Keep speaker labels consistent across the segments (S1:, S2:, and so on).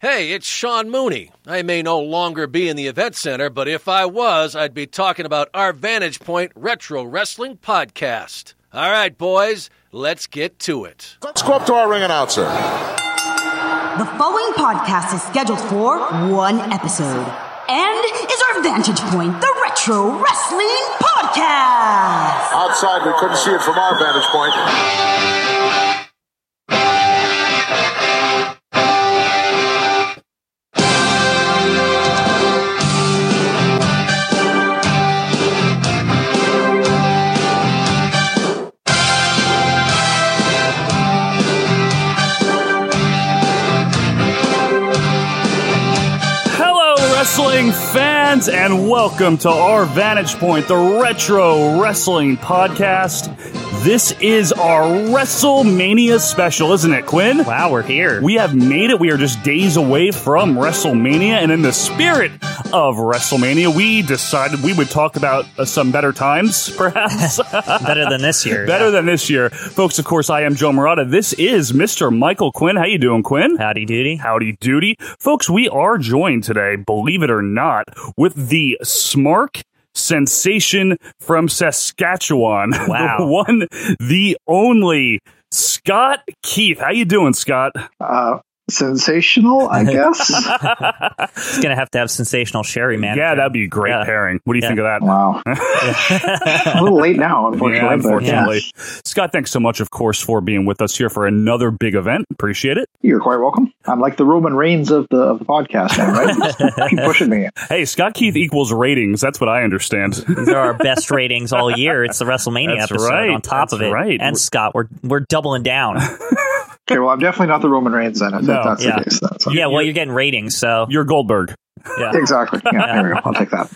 S1: Hey, it's Sean Mooney. I may no longer be in the event center, but if I was, I'd be talking about our Vantage Point Retro Wrestling Podcast. All right, boys, let's get to it.
S2: Let's go up to our ring announcer.
S3: The following podcast is scheduled for one episode and is our vantage point, the Retro Wrestling Podcast.
S2: Outside, we couldn't see it from our vantage point.
S4: Hello, wrestling fans, and welcome to our Vantage Point, the Retro Wrestling Podcast. This is our WrestleMania special, isn't it, Quinn?
S5: Wow, we're here.
S4: We have made it. We are just days away from WrestleMania. And in the spirit of WrestleMania, we decided we would talk about uh, some better times, perhaps.
S5: better than this year.
S4: better than this year. Folks, of course, I am Joe Morata. This is Mr. Michael Quinn. How you doing, Quinn?
S5: Howdy doody.
S4: Howdy doody. Folks, we are joined today, believe it or not, with the Smark sensation from Saskatchewan.
S5: Wow.
S4: the one, the only Scott Keith. How you doing, Scott?
S6: uh, sensational, I guess.
S5: It's gonna have to have sensational Sherry, man.
S4: yeah, that'd be a great
S5: Yeah.
S4: pairing. What do you
S5: Yeah.
S4: think of that?
S6: wow. a little late now, unfortunately.
S4: Yeah,
S6: but
S4: unfortunately.
S6: yeah.
S4: Scott, thanks so much, of course, for being with us here for another big event. Appreciate it.
S6: You're quite welcome. I'm like the Roman Reigns of the of the podcast now, right? Just Keep pushing me.
S4: Hey, Scott Keith
S5: Mm-hmm.
S4: equals ratings. That's what I understand.
S5: These are our best ratings all year. It's the WrestleMania
S4: That's
S5: episode
S4: right.
S5: on top
S4: That's
S5: of it.
S4: right.
S5: And Scott, we're we're doubling down.
S6: Okay, well, I'm definitely not the Roman Reigns then, if
S4: No,
S6: that's
S5: yeah.
S6: the case. Then, so.
S5: yeah, well you're getting ratings, so
S4: You're Goldberg.
S5: yeah.
S6: Exactly. Yeah, there we go. I'll take that.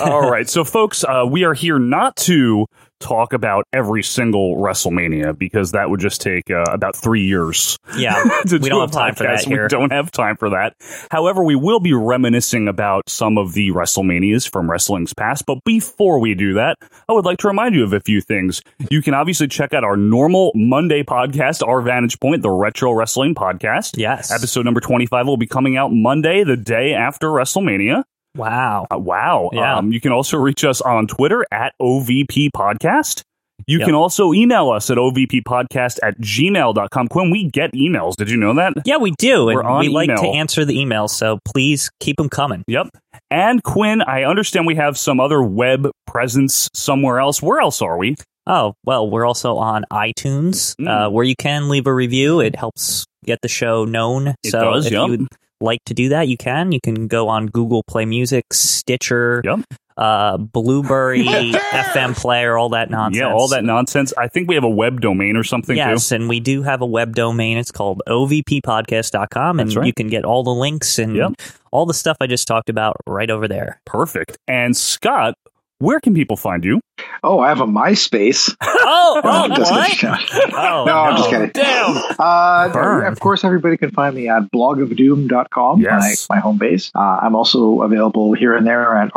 S4: All right. So, folks, uh, we are here not to talk about every single WrestleMania because that would just take uh, about three years.
S5: Yeah.
S4: to
S5: we
S4: do
S5: don't
S4: a
S5: have time for that
S4: podcast. We
S5: here.
S4: don't have time for that. However, we will be reminiscing about some of the WrestleManias from wrestling's past. But before we do that, I would like to remind you of a few things. You can obviously check out our normal Monday podcast, Our Vantage Point, the Retro Wrestling Podcast.
S5: Yes.
S4: Episode number 25 will be coming out Monday, the day after WrestleMania.
S5: Wow.
S4: Uh, wow.
S5: Yeah.
S4: Um, you can also reach us on Twitter at OVP Podcast. You
S5: Yep.
S4: can also email us at OVPpodcast at gmail.com. Quinn, we get emails. Did you know that?
S5: Yeah, we do, and
S4: We're on
S5: we like to
S4: email.
S5: answer the emails, so please keep them coming.
S4: Yep. And Quinn, I understand we have some other web presence somewhere else. Where else are we?
S5: Oh well, we're also on iTunes,
S4: Mm.
S5: uh, where you can leave a review. It helps get the show known.
S4: It
S5: so
S4: does,
S5: if
S4: yep.
S5: you would like to do that, you can. You can go on Google Play Music, Stitcher,
S4: Yep.
S5: uh, Blueberry, FM Player, all that nonsense.
S4: Yeah, all that nonsense. I think we have a web domain or something
S5: yes,
S4: too.
S5: and we do have a web domain. It's called ovppodcast.com, and
S4: That's right.
S5: you can get all the links and
S4: Yep.
S5: all the stuff I just talked about right over there.
S4: Perfect. And Scott, where can people find you?
S6: Oh, I have a MySpace.
S5: Oh,
S6: No,
S5: oh
S6: I'm just
S5: what?
S6: kidding.
S5: Oh,
S6: No, I'm just
S5: no.
S6: kidding.
S4: Damn.
S6: Uh,
S4: Burned.
S6: of course, everybody can find me at blogofdoom.com,
S4: Yes.
S6: my, my home base. Uh, I'm also available here and there at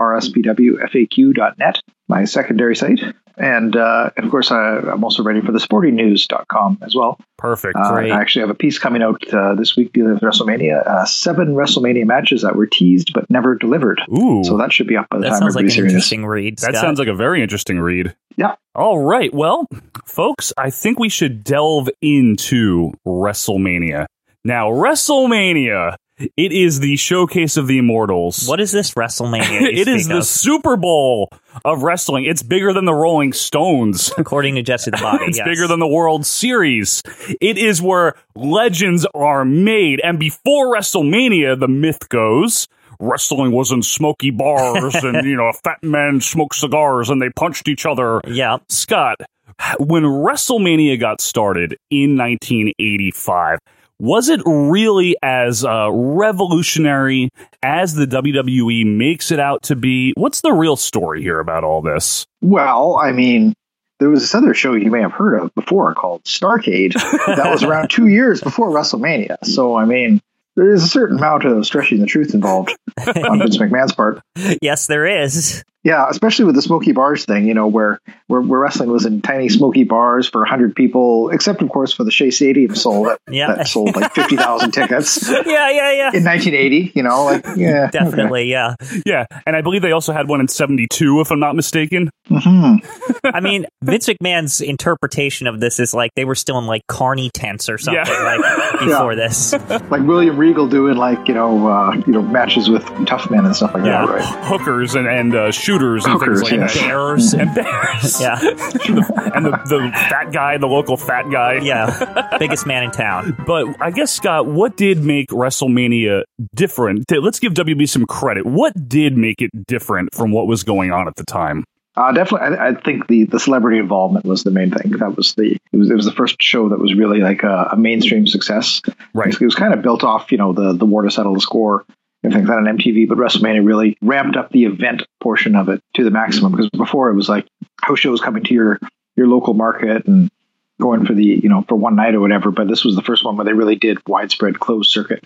S6: rspwfaq.net, my secondary site. And, uh, and of course, I, I'm also writing for the sportingnews.com as well.
S4: Perfect.
S6: Uh,
S5: Great.
S6: I actually have a piece coming out uh, this week dealing with WrestleMania. Uh, seven WrestleMania matches that were teased but never delivered.
S4: Ooh.
S6: So that should be up by the
S5: That
S6: time
S5: sounds like
S6: everybody's
S5: an
S6: hearing this.
S5: interesting read.
S4: That
S5: Scott.
S4: sounds like a very interesting read.
S6: Yeah.
S4: All right. Well, folks, I think we should delve into WrestleMania. Now, WrestleMania, it is the showcase of the immortals.
S5: What is this WrestleMania? you
S4: it is
S5: speak
S4: the
S5: of,
S4: Super Bowl of wrestling. It's bigger than the Rolling Stones.
S5: according to Jesse the Body.
S4: It's
S5: Oh, yes.
S4: bigger than the World Series. It is where legends are made. And before WrestleMania, the myth goes wrestling was in smoky bars and, you know, fat men smoked cigars and they punched each other.
S5: yeah.
S4: Scott, when WrestleMania got started in 1985, was it really as uh, revolutionary as the WWE makes it out to be? What's the real story here about all this?
S6: Well, I mean, there was this other show you may have heard of before called Starcade that was around two years before WrestleMania. So, I mean, there is a certain amount of stretching the truth involved on Vince McMahon's part.
S5: Yes, there is.
S6: Yeah, especially with the smoky bars thing, you know, where, where, where wrestling was in tiny smoky bars for 100 people, except, of course, for the Shea Stadium sold that,
S5: Yeah.
S6: that sold like 50,000 tickets in
S5: yeah, yeah, yeah.
S6: 1980, you know, like, yeah.
S5: Definitely, yeah.
S4: Yeah, and I believe they also had one in 72, if I'm not mistaken.
S5: I mean, Vince McMahon's interpretation of this is like they were still in like carny tents or something
S4: Yeah.
S5: like before this.
S6: Like William Regal doing like, you know, uh, you know, matches with tough men and stuff like that, right?
S4: Hookers and, and uh, shooters and
S6: Hookers,
S4: things like
S6: yes.
S4: that. Bears and bears.
S5: Yeah,
S4: and the, the fat guy, the local fat guy.
S5: yeah. Biggest man in town.
S4: But I guess, Scott, what did make WrestleMania different? Th- Let's give WB some credit. What did make it different from what was going on at the time?
S6: Uh, definitely, I, I think the, the celebrity involvement was the main thing. That was the it was it was the first show that was really like a, a mainstream success.
S4: Right.
S6: It was kind of built off, you know, the the war to settle the score and things like that on MTV. But WrestleMania really ramped up the event portion of it to the maximum because before it was like house shows coming to your your local market and going for the you know for one night or whatever. But this was the first one where they really did widespread closed circuit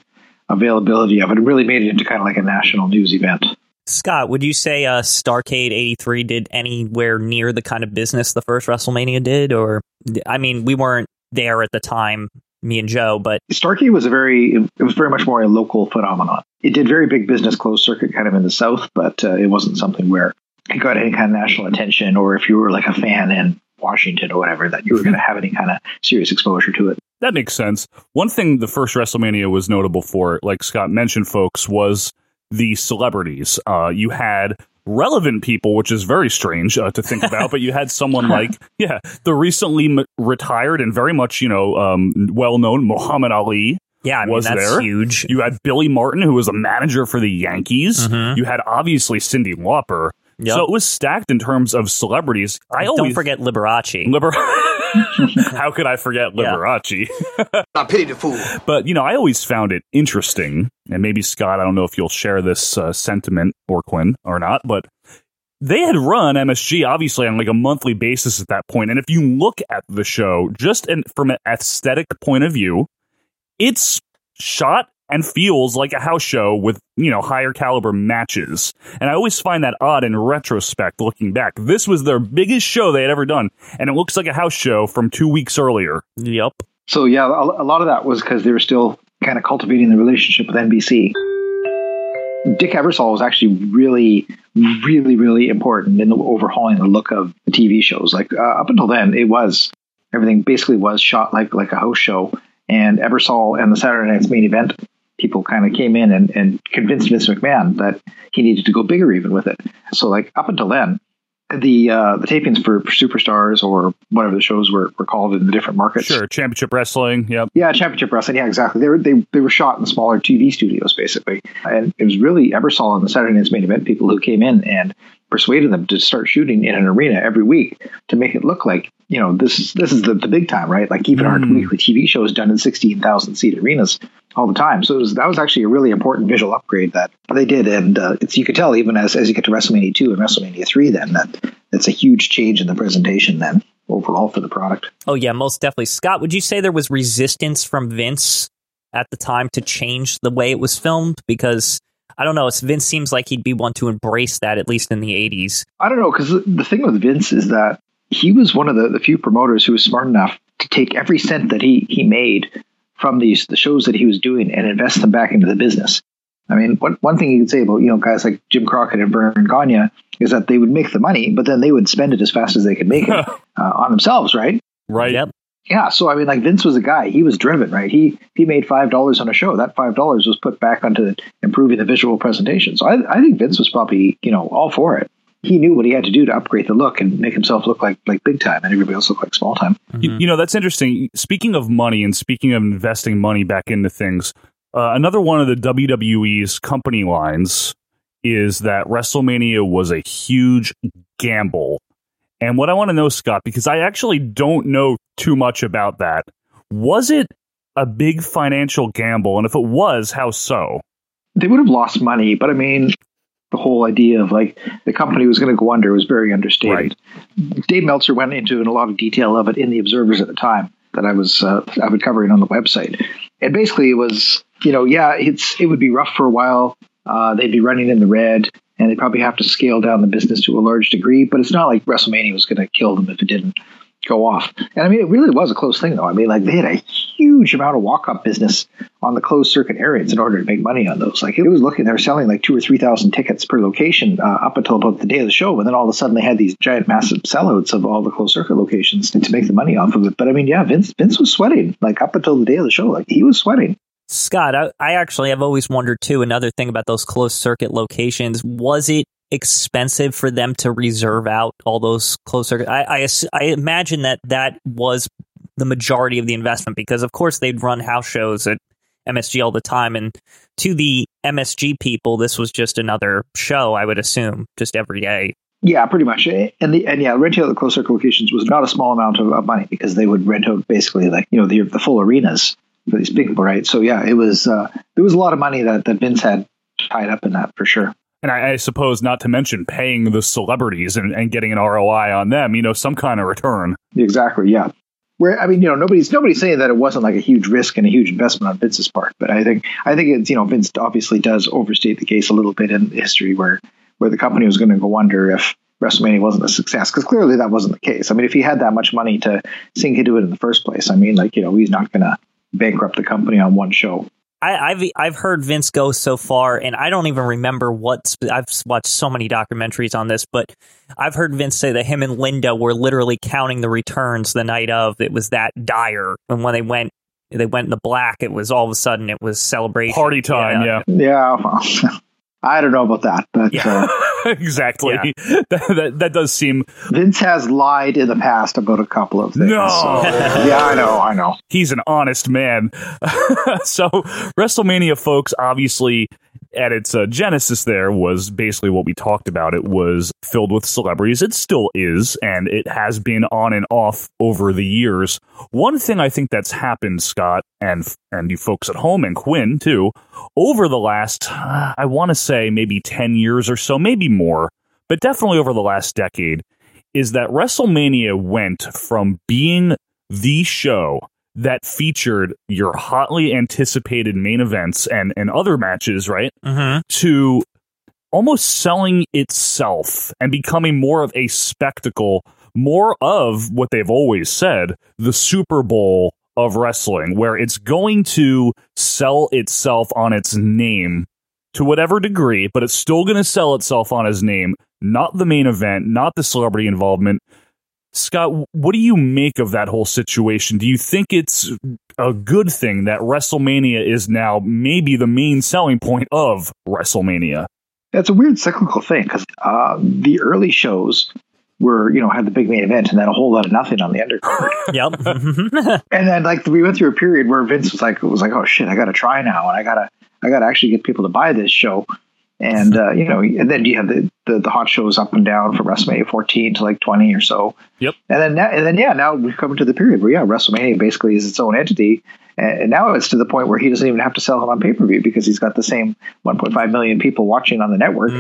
S6: availability of it. It really made it into kind of like a national news event.
S5: Scott, would you say uh, Starcade 83 did anywhere near the kind of business the first WrestleMania did? Or, I mean, we weren't there at the time, me and Joe, but
S6: Starkey was a very it was very much more a local phenomenon. It did very big business closed circuit kind of in the south, but uh, it wasn't something where it got any kind of national attention or if you were like a fan in Washington or whatever that you were going to have any kind of serious exposure to it.
S4: That makes sense. One thing the first WrestleMania was notable for, like Scott mentioned, folks, was the celebrities. Uh, you had relevant people, which is very strange uh, to think about, but you had someone like, yeah, the recently m- retired and very much, you know, um, well known Muhammad Ali.
S5: yeah, I mean,
S4: Was
S5: that's
S4: there?
S5: huge.
S4: You had Billy Martin, who was a manager for the Yankees. You had obviously Cindy Lauper.
S5: Yep.
S4: So it was stacked in terms of celebrities. I
S5: Don't
S4: always
S5: forget Liberace.
S4: Liber- How could I forget
S5: Yeah.
S4: Liberace? But you know, I always found it interesting, and maybe Scott, I don't know if you'll share this uh, sentiment or Quinn or not, but they had run MSG obviously on like a monthly basis at that point, and if you look at the show just in, from an aesthetic point of view, it's shot and feels like a house show with you know higher caliber matches and i always find that odd in retrospect looking back this was their biggest show they had ever done and it looks like a house show from two weeks earlier
S5: Yep.
S6: So yeah, a, a lot of that was because they were still kind of cultivating the relationship with NBC. Dick Ebersol was actually really, really, really important in the overhauling the look of the TV shows. Like uh, up until then, it was everything basically was shot like like a house show. And Ebersol and the Saturday Night's main event people kind of came in and, and convinced Vince McMahon that he needed to go bigger even with it. So like up until then, the uh, the tapings for, for superstars or whatever the shows were, were called in the different markets.
S4: sure championship wrestling yep
S6: Yeah, Championship Wrestling. Yeah, exactly. They were they, they were shot in smaller TV studios basically, and it was really Ebersol and the Saturday Night's Main Event people who came in and persuaded them to start shooting in an arena every week to make it look like you know this is this is the, the big time, right? Like even our weekly TV show is done in sixteen thousand seat arenas all the time. So it was, that was actually a really important visual upgrade that they did, and uh, it's you could tell even as as you get to WrestleMania two and WrestleMania three, then that it's a huge change in the presentation then overall for the product.
S5: Oh, yeah, most definitely. Scott, would you say there was resistance from Vince at the time to change the way it was filmed? Because I don't know. it's- Vince seems like he'd be one to embrace that, at least in the 80s.
S6: I don't know because the thing with Vince is that he was one of the, the few promoters who was smart enough to take every cent that he he made from these the shows that he was doing and invest them back into the business. I mean, one one thing you could say about you know guys like Jim Crockett and Vern Gagne is that they would make the money, but then they would spend it as fast as they could make it uh, on themselves, right?
S4: right
S5: Yep.
S6: Yeah, so I mean, like Vince was a guy; he was driven, right? He if he made five dollars on a show. That five dollars was put back onto the, improving the visual presentation. So I, I think Vince was probably you know all for it. He knew what he had to do to upgrade the look and make himself look like like big time, and everybody else look like small time.
S4: You, you know, that's interesting. Speaking of money and speaking of investing money back into things, uh, another one of the WWE's company lines is that WrestleMania was a huge gamble. And what I want to know, Scott, because I actually don't know too much about that, was it a big financial gamble? And if it was, how so?
S6: They would have lost money, but I mean, the whole idea of like the company was going to go under was very understated. Dave Meltzer went into in a lot of detail of it in the Observers at the time that I was uh, I was covering on the website, and basically it was you know yeah it's it would be rough for a while. Uh, they'd be running in the red. and they probably have to scale down the business to a large degree. But it's not like WrestleMania was going to kill them if it didn't go off. And I mean, it really was a close thing, though. I mean, like they had a huge amount of walk-up business on the closed circuit areas in order to make money on those. Like it was looking, they were selling like two or three thousand tickets per location uh, up until about the day of the show, and then all of a sudden they had these giant, massive sellouts of all the closed circuit locations to make the money off of it. But I mean, yeah, Vince Vince was sweating like up until the day of the show, like he was sweating.
S5: Scott, I, I actually have always wondered too. Another thing about those closed circuit locations was it expensive for them to reserve out all those closed circuit? I, I, ass- I imagine that that was the majority of the investment because, of course, they'd run house shows at MSG all the time, and to the MSG people, this was just another show. I would assume just every day.
S6: Yeah, pretty much. And the and yeah, renting out the closed circuit locations was not a small amount of, of money because they would rent out basically like you know the the full arenas for these people, right? So yeah, it was uh, there was a lot of money that, that Vince had tied up in that for sure.
S4: And I, I suppose not to mention paying the celebrities and, and getting an ROI on them, you know, some kind of return.
S6: Exactly. Yeah. Where I mean, you know, nobody's nobody's saying that it wasn't like a huge risk and a huge investment on Vince's part, but I think I think it's you know Vince obviously does overstate the case a little bit in history where where the company was going to go under if WrestleMania wasn't a success because clearly that wasn't the case. I mean, if he had that much money to sink into it in the first place, I mean, like you know, he's not going to bankrupt the company on one show.
S5: I, I've I've heard Vince go so far, and I don't even remember what sp- I've watched so many documentaries on this, but I've heard Vince say that him and Linda were literally counting the returns the night of. It was that dire, and when they went they went in the black, it was all of a sudden it was celebration
S4: Party time, yeah.
S6: Yeah, well, I don't know about that, but uh,
S4: exactly. That, that, that does seem.
S6: Vince has lied in the past about a couple of things.
S4: No.
S6: so- yeah, I know, I know.
S4: He's an honest man. so, WrestleMania, folks, obviously at its uh, genesis, there was basically what we talked about. It was filled with celebrities. It still is, and it has been on and off over the years. One thing I think that's happened, Scott, and and you folks at home, and Quinn too, over the last, uh, I want to say maybe ten years or so, maybe more, but definitely over the last decade, is that WrestleMania went from being the show that featured your hotly anticipated main events and and other matches, right?
S5: Mm-hmm.
S4: To almost selling itself and becoming more of a spectacle, more of what they've always said, the Super Bowl of wrestling, where it's going to sell itself on its name to whatever degree, but it's still going to sell itself on his name, not the main event, not the celebrity involvement. Scott, what do you make of that whole situation? Do you think it's a good thing that WrestleMania is now maybe the main selling point of WrestleMania?
S6: That's a weird cyclical thing because uh, the early shows were, you know, had the big main event and then a whole lot of nothing on the undercard.
S5: Mm-hmm. Yep.
S6: and then like we went through a period where Vince was like was like, oh shit, I got to try now, and I gotta I gotta actually get people to buy this show. And uh, you know, and then you have the, the the hot shows up and down from WrestleMania 14 to like 20 or so.
S4: Yep.
S6: And then now, and then yeah, now we've come to the period where yeah, WrestleMania basically is its own entity, and and now it's to the point where he doesn't even have to sell it on pay per view because he's got the same 1.5 million people watching on the network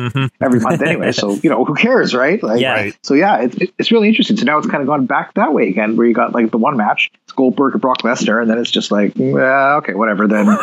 S6: every month anyway. So you know, who cares, right? Like,
S5: Yeah. Right.
S6: So yeah, it, it- it's really interesting. So now it's kind of gone back that way again, where you got like the one match, it's Goldberg and Brock Lesnar, and then it's just like, mm, uh, okay, whatever. Then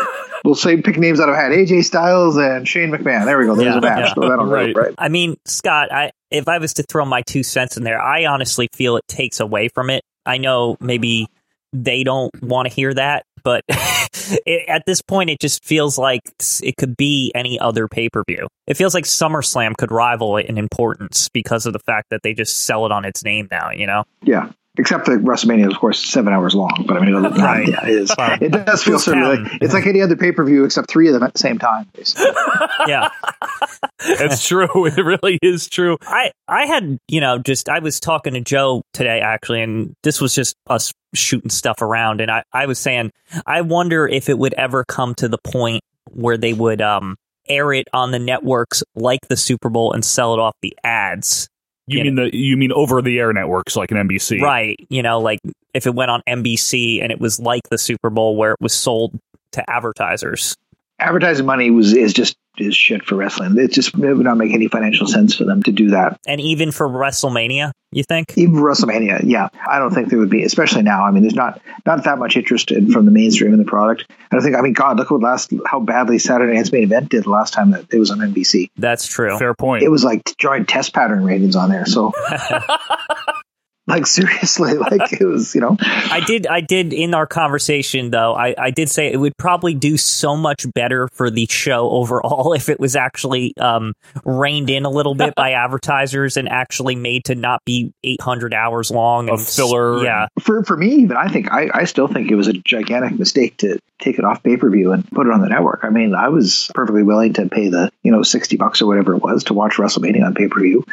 S6: we'll say pick names out of hat: AJ Styles and Shane McMahon. There we go. There's
S5: Yeah,
S6: a match.
S5: yeah.
S6: So that'll
S4: Right.
S6: right. right.
S5: I mean, Scott, I if I was to throw my two cents in there, I honestly feel it takes away from it. I know maybe they don't want to hear that, but it, at this point, it just feels like s- it could be any other pay per view. It feels like SummerSlam could rival it in importance because of the fact that they just sell it on its name now. You know,
S6: Yeah. Except that WrestleMania, is, of course, seven hours long. But I mean, it,
S5: Right.
S6: yeah, it, is,
S5: Wow.
S6: it does feel
S5: Who's
S6: sort of
S5: counting?
S6: like it's like any other pay per view except three of them at the same time. basically.
S5: yeah.
S4: That's true. It really is true.
S5: I I had you know just I was talking to Joe today actually, and this was just us shooting stuff around, and I I was saying I wonder if it would ever come to the point where they would um air it on the networks like the Super Bowl and sell it off the ads,
S4: You
S5: Yeah.
S4: mean the you mean over the air networks like an NBC,
S5: right? You know, like if it went on NBC and it was like the Super Bowl where it was sold to advertisers.
S6: Advertising money was is just is shit for wrestling. It just it would not make any financial sense for them to do that.
S5: And even for WrestleMania, you think?
S6: Even for WrestleMania, yeah, I don't think there would be, especially now. I mean, there's not not that much interest in, from the mainstream in the product. I don't think. I mean, God, look what last how badly Saturday Night's main event did the last time that it was on NBC.
S5: That's true.
S4: Fair point.
S6: It was like drawing test pattern ratings on there. So, like seriously, like it was you know
S5: I did. I did in our conversation though. I, I did say it would probably do so much better for the show overall if it was actually um, reined in a little bit by advertisers and actually made to not be 800 hours long
S4: Of
S5: and s-
S4: filler.
S5: Yeah,
S6: for for me even I think I, I still think it was a gigantic mistake to take it off pay per view and put it on the network. I mean, I was perfectly willing to pay the you know sixty bucks or whatever it was to watch WrestleMania on pay per view.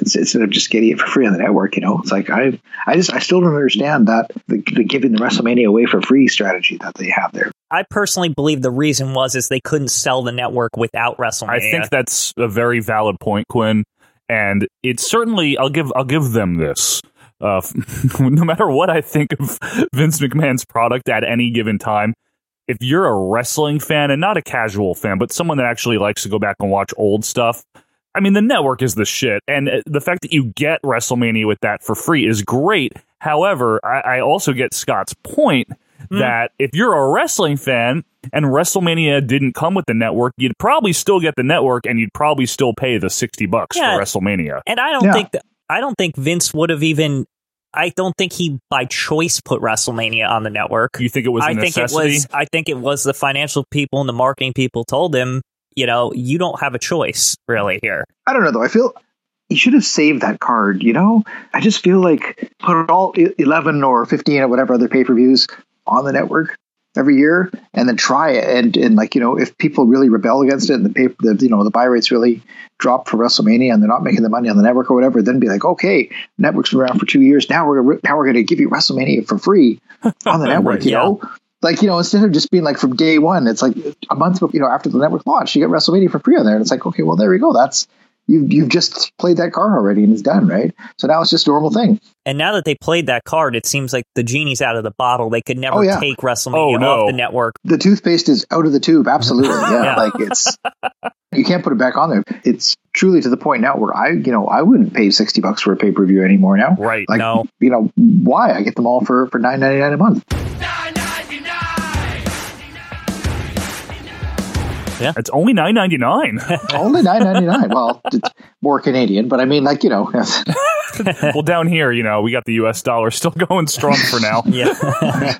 S6: Instead of just getting it for free on the network, you know, it's like I, I just, I still don't understand that the, the giving the WrestleMania away for free strategy that they have there.
S5: I personally believe the reason was is they couldn't sell the network without WrestleMania.
S4: I think that's a very valid point, Quinn. And it's certainly I'll give I'll give them this. Uh, no matter what I think of Vince McMahon's product at any given time, if you're a wrestling fan and not a casual fan, but someone that actually likes to go back and watch old stuff, I mean, the network is the shit. And uh, the fact that you get WrestleMania with that for free is great. However, I, I also get Scott's point
S5: Hmm.
S4: that if you're a wrestling fan and WrestleMania didn't come with the network, you'd probably still get the network and you'd probably still pay the 60 bucks
S5: Yeah.
S4: for WrestleMania.
S5: And I don't
S6: Yeah.
S5: think th- I don't think Vince would have even. I don't think he by choice put WrestleMania on the network.
S4: You think it was a
S5: I think it
S4: necessity?
S5: was. I think it was the financial people and the marketing people told him, you know, you don't have a choice really here.
S6: I don't know though. I feel you should have saved that card. You know, I just feel like put all e- eleven or fifteen or whatever other pay per views on the network every year, and then try it. And and like you know, if people really rebel against it, and the pay, the you know the buy rates really drop for WrestleMania, and they're not making the money on the network or whatever, then be like, okay, network's been around for two years. Now we're gonna- now we're going to give you WrestleMania for free on the network.
S4: Right,
S6: you
S5: yeah.
S6: know. Like you know, instead of just being like from day one, it's like a month, you know, after the network launch, you get WrestleMania for free on there, and it's like, okay, well, there we go. That's you've you've just played that card already and it's done, right? So now it's just a normal thing.
S5: And now that they played that card, it seems like the genie's out of the bottle. They could never
S6: Oh, yeah.
S5: take WrestleMania
S4: Oh, no.
S5: off the network.
S6: The toothpaste is out of the tube, absolutely. Yeah,
S5: Yeah.
S6: like it's you can't put it back on there. It's truly to the point now where I, you know, I wouldn't pay sixty bucks for a pay per view anymore now.
S4: Right.
S6: Like,
S5: No.
S6: you know, why? I get them all for for nine ninety nine a month.
S4: It's only nine ninety nine.
S6: Only nine ninety nine. Well, it's more Canadian, but I mean, like you know,
S4: well, down here, you know, we got the U.S. dollar still going strong for now.
S5: Yeah.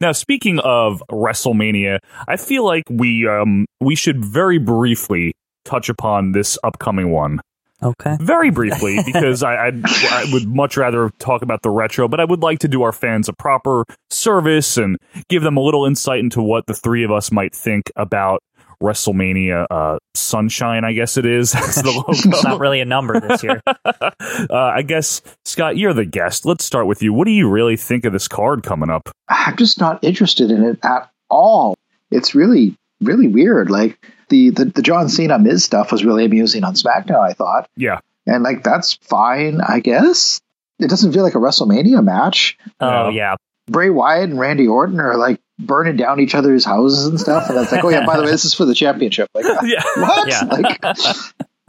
S4: Now, speaking of WrestleMania, I feel like we um we should very briefly touch upon this upcoming one,
S5: okay.
S4: very briefly, because I I'd, I would much rather talk about the retro, but I would like to do our fans a proper service and give them a little insight into what the three of us might think about WrestleMania uh, Sunshine. I guess it is. That's the
S5: It's
S4: logo.
S5: not really a number this year.
S4: uh, I guess Scott, you're the guest. Let's start with you. What do you really think of this card coming up?
S6: I'm just not interested in it at all. It's really, really weird. Like the the, the John Cena Miz stuff was really amusing on SmackDown, I thought,
S4: Yeah.
S6: and like that's fine, I guess. It doesn't feel like a WrestleMania match.
S5: Oh
S4: Yeah.
S5: yeah.
S6: Bray Wyatt and Randy Orton are like burning down each other's houses and stuff, and it's like, oh yeah, by the way, this is for the championship. Like
S4: Yeah.
S6: what?
S5: Yeah.
S6: Like,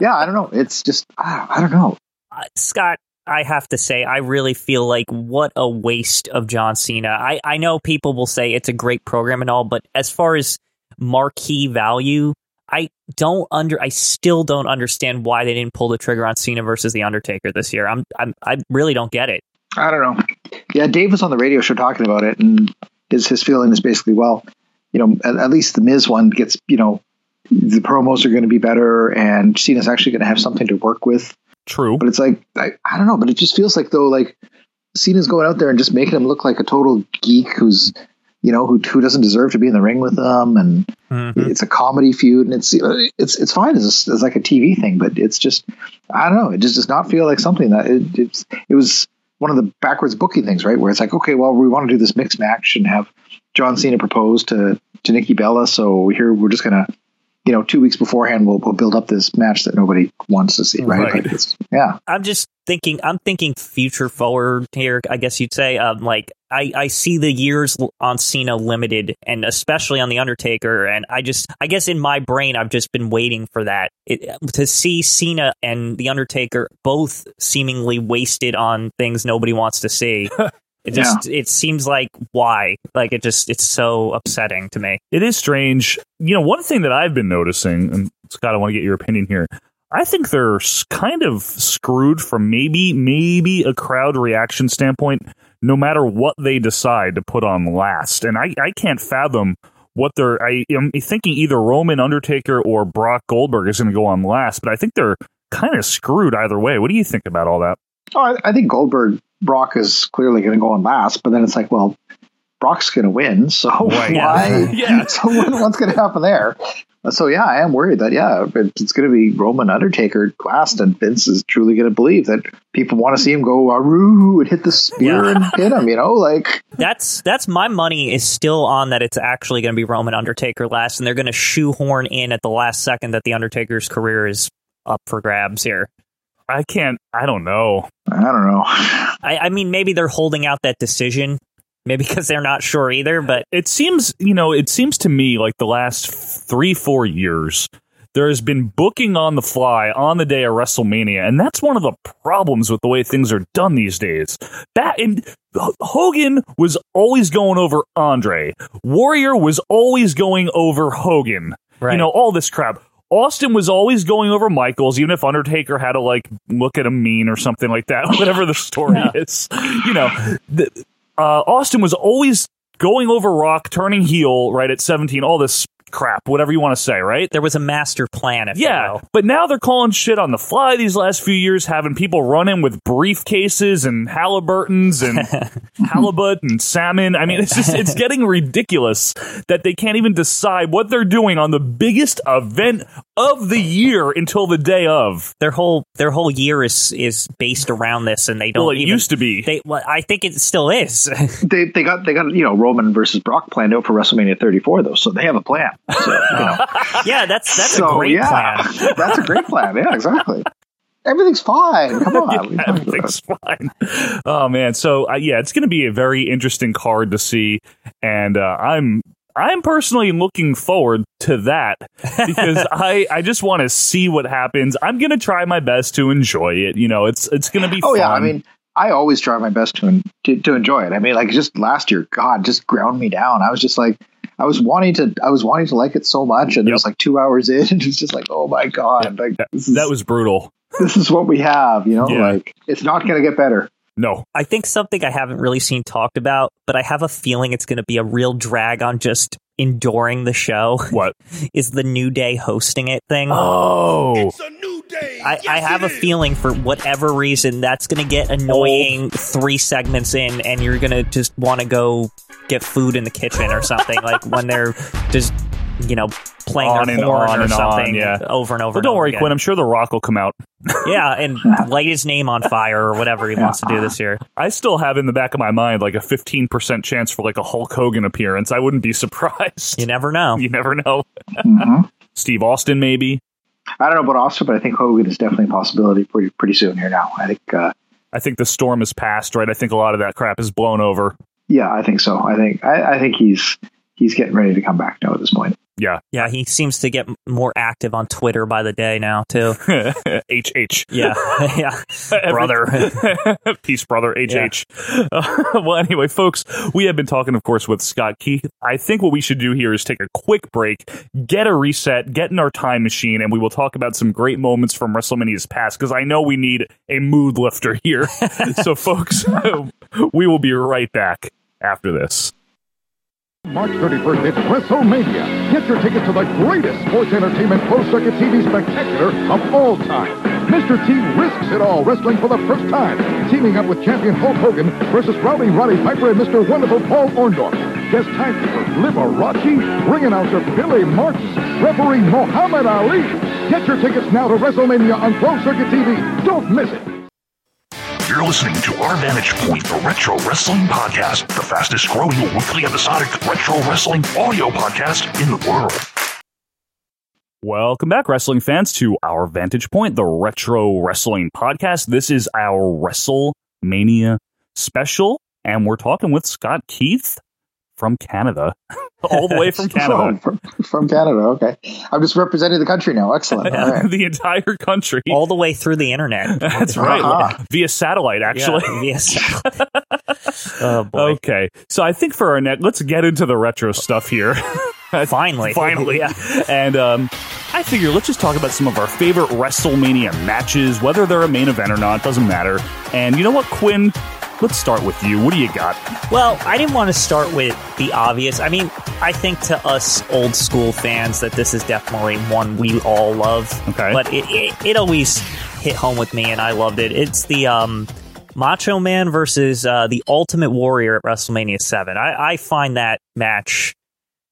S6: yeah, I don't know. It's just I, I don't know.
S5: Uh, Scott, I have to say, I really feel like what a waste of John Cena. I, I know people will say it's a great program and all, but as far as marquee value, I don't under I still don't understand why they didn't pull the trigger on Cena versus The Undertaker this year. I'm I'm I really don't get it.
S6: I don't know. Yeah, Dave was on the radio show talking about it, and his his feeling is basically, well, you know, at, at least the Miz one gets, you know, the promos are going to be better, and Cena's actually going to have something to work with.
S4: True.
S6: But it's like, I, I don't know, but it just feels like though, like Cena's going out there and just making him look like a total geek who's, you know, who who doesn't deserve to be in the ring with them, and it's a comedy feud, and it's it's it's fine as, as like a TV thing, but it's just I don't know. It just does not feel like something that it it's, it was one of the backwards booking things, right? Where it's like, okay, well, we want to do this mixed match and have John Cena propose to to Nikki Bella, so here we're just gonna. You know, two weeks beforehand, we'll, we'll build up this match that nobody wants to see, right?
S4: Right.
S6: Like it's, yeah,
S5: I'm just thinking I'm thinking future forward here. I guess you'd say um, like I I see the years l- on Cena limited, and especially on the Undertaker. And I just I guess in my brain I've just been waiting for that it, to see Cena and the Undertaker both seemingly wasted on things nobody wants to see. It just it seems like why like it just it's so upsetting to me.
S4: It is strange. You know, one thing that I've been noticing, and Scott, I want to get your opinion here. I think they're s- kind of screwed from maybe, maybe a crowd reaction standpoint, no matter what they decide to put on last. And I, I can't fathom what they're, I am thinking either Roman Undertaker or Brock Goldberg is going to go on last, but I think they're kind of screwed either way. What do you think about all that?
S6: Oh, I, I think Goldberg Brock is clearly going to go on last, but then it's like, well, Brock's going to win, so
S4: Right.
S6: why?
S4: Yeah.
S6: So what, what's going to happen there? So yeah, I am worried that yeah, it, it's going to be Roman Undertaker last, and Vince is truly going to believe that people want to see him go aroo and hit the spear
S5: Yeah.
S6: and hit him. You know, like
S5: That's that's my money is still on that it's actually going to be Roman Undertaker last, and they're going to shoehorn in at the last second that the Undertaker's career is up for grabs here.
S4: I can't, I don't know.
S6: I don't know.
S5: I, I mean, maybe they're holding out that decision, maybe because they're not sure either. But
S4: it seems you know it seems to me like the last three four years there has been booking on the fly on the day of WrestleMania, and that's one of the problems with the way things are done these days. That and H- Hogan was always going over Andre. Warrior was always going over Hogan.
S5: Right.
S4: You know all this crap. Austin was always going over Michaels, even if Undertaker had to like look at him mean or something like that. Whatever the story is, you know, the, uh, Austin was always going over Rock, turning heel, right at 17, all this crap, whatever you want to say, right?
S5: there was a master plan. If you
S4: Yeah,
S5: will.
S4: but now they're calling shit on the fly these last few years, having people run in with briefcases and Halliburtons and halibut and salmon. I mean, it's just it's getting ridiculous that they can't even decide what they're doing on the biggest event of the year until the day of.
S5: their whole their whole year is is based around this, and they don't.
S4: Well, it
S5: even,
S4: used to be.
S5: They, well, I think it still is.
S6: They they got they got you know Roman versus Brock planned out for WrestleMania 34 though, so they have a plan. So, you know.
S5: yeah, that's that's
S6: so
S5: a great
S6: yeah,
S5: plan.
S6: that's a great plan. Yeah, exactly. Everything's fine. Come on.
S4: yeah, everything's fine. Oh man, so uh, yeah, it's going to be a very interesting card to see, and uh, I'm I'm personally looking forward to that because I I just want to see what happens. I'm going to try my best to enjoy it. You know, it's it's going to be.
S6: Oh
S4: fun.
S6: yeah, I mean, I always try my best to, en- to to enjoy it. I mean, like just last year, God, just ground me down. I was just like, I was wanting to, I was wanting to like it so much, and it was like two hours in, and it's just like, oh my God, like this is
S4: that was brutal.
S6: this is what we have, you know,
S4: Yeah.
S6: like it's not going to get better.
S4: No,
S5: I think something I haven't really seen talked about, but I have a feeling it's going to be a real drag on just enduring the show
S4: what?
S5: is the New Day hosting it thing.
S4: Oh,
S1: It's a new day.
S5: I, I have a feeling for whatever reason that's going to get
S4: Oh.
S5: annoying three segments in, and you're going to just want to go get food in the kitchen or something, like when they're just, you know, playing
S4: On
S5: their
S4: and
S5: horn
S4: on
S5: or
S4: and on,
S5: something
S4: yeah.
S5: over and over.
S4: well,
S5: and
S4: don't
S5: over
S4: worry,
S5: again.
S4: Quinn. I'm sure The Rock will come out.
S5: Yeah, and light his name on fire or whatever he wants to do this year.
S4: I still have in the back of my mind like a 15% chance for like a Hulk Hogan appearance. I wouldn't be surprised.
S5: You never know.
S4: You never know.
S6: Mhm.
S4: Steve Austin, maybe.
S6: I don't know about Austin, but I think Hogan is definitely a possibility pretty pretty soon here now. I think, uh,
S4: I think the storm has passed, right? I think a lot of that crap is blown over.
S6: yeah, I think so. I think I, I think he's he's getting ready to come back now at this point.
S4: Yeah.
S5: Yeah, he seems to get m- more active on Twitter by the day now too.
S4: HH.
S5: Yeah, yeah, brother.
S4: Peace, brother. HH. Uh, well, anyway, folks, we have been talking, of course, with Scott Keith. I think what we should do here is take a quick break, get a reset, get in our time machine, and we will talk about some great moments from WrestleMania's past because I know we need a mood lifter here. so, folks, we will be right back after this.
S7: March 31st, it's WrestleMania. Get your tickets to the greatest sports entertainment closed-circuit TV spectacular of all time. Mr. T risks it all wrestling for the first time, teaming up with champion Hulk Hogan versus Rowdy Roddy Piper and Mr. Wonderful Paul Orndorff. Guest timekeeper Liberace, ring announcer Billy Martin, referee Muhammad Ali. Get your tickets now to WrestleMania on closed-circuit TV. Don't miss it.
S8: You're listening to Our Vantage Point, the Retro Wrestling Podcast, the fastest growing weekly episodic retro wrestling audio podcast in the world.
S4: Welcome back, wrestling fans, to our Vantage Point, the Retro Wrestling Podcast. This is our WrestleMania special, and we're talking with Scott Keith from Canada, all the way from
S6: Oh,
S4: Canada,
S6: from, from Canada. Okay. I'm just representing the country now. Excellent. All right.
S4: the entire country.
S5: all the way through the internet.
S4: That's right,
S6: Uh-huh.
S4: via satellite, actually.
S5: Yeah, yes. oh boy.
S4: Okay, so I think for our net, let's get into the retro stuff here.
S5: Finally.
S4: Finally.
S5: Yeah.
S4: And um, I figure let's just talk about some of our favorite WrestleMania matches, whether they're a main event or not, doesn't matter. And you know what, Quinn? Let's start with you. What do you got?
S5: Well, I didn't want to start with the obvious. I mean, I think to us old school fans that this is definitely one we all love.
S4: Okay.
S5: But it, it, it always hit home with me, and I loved it. It's the um, Macho Man versus uh, the Ultimate Warrior at WrestleMania 7. I, I find that match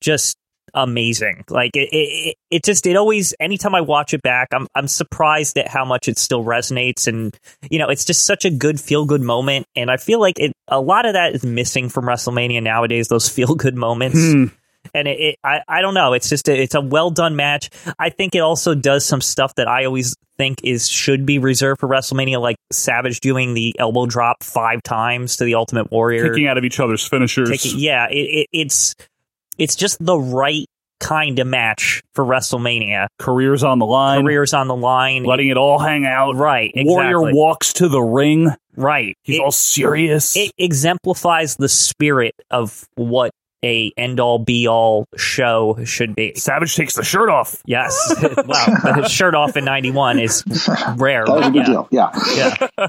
S5: just amazing. Like it, it, it just it always. Anytime I watch it back, I'm I'm surprised at how much it still resonates, and you know, it's just such a good feel good moment. And I feel like it a lot of that is missing from WrestleMania nowadays. Those feel good moments. And it, it, I, I don't know. It's just a, it's a well done match. I think it also does some stuff that I always think is should be reserved for WrestleMania, like Savage doing the elbow drop five times to the Ultimate Warrior.
S4: Kicking out of each other's finishers.
S5: Take it- yeah, it, it, it's it's just the right kind of match for WrestleMania.
S4: Careers on the line.
S5: Careers on the line,
S4: Letting it all hang out.
S5: Right,
S4: Warrior
S5: exactly.
S4: walks to the ring.
S5: right?
S4: He's
S5: it,
S4: all serious.
S5: it exemplifies the spirit of what a end all be all show should be.
S4: Savage takes the shirt off.
S5: Yes, wow, but his shirt off in '91 is rare.
S6: That was a good
S5: Yeah.
S6: deal. Yeah.
S5: Yeah.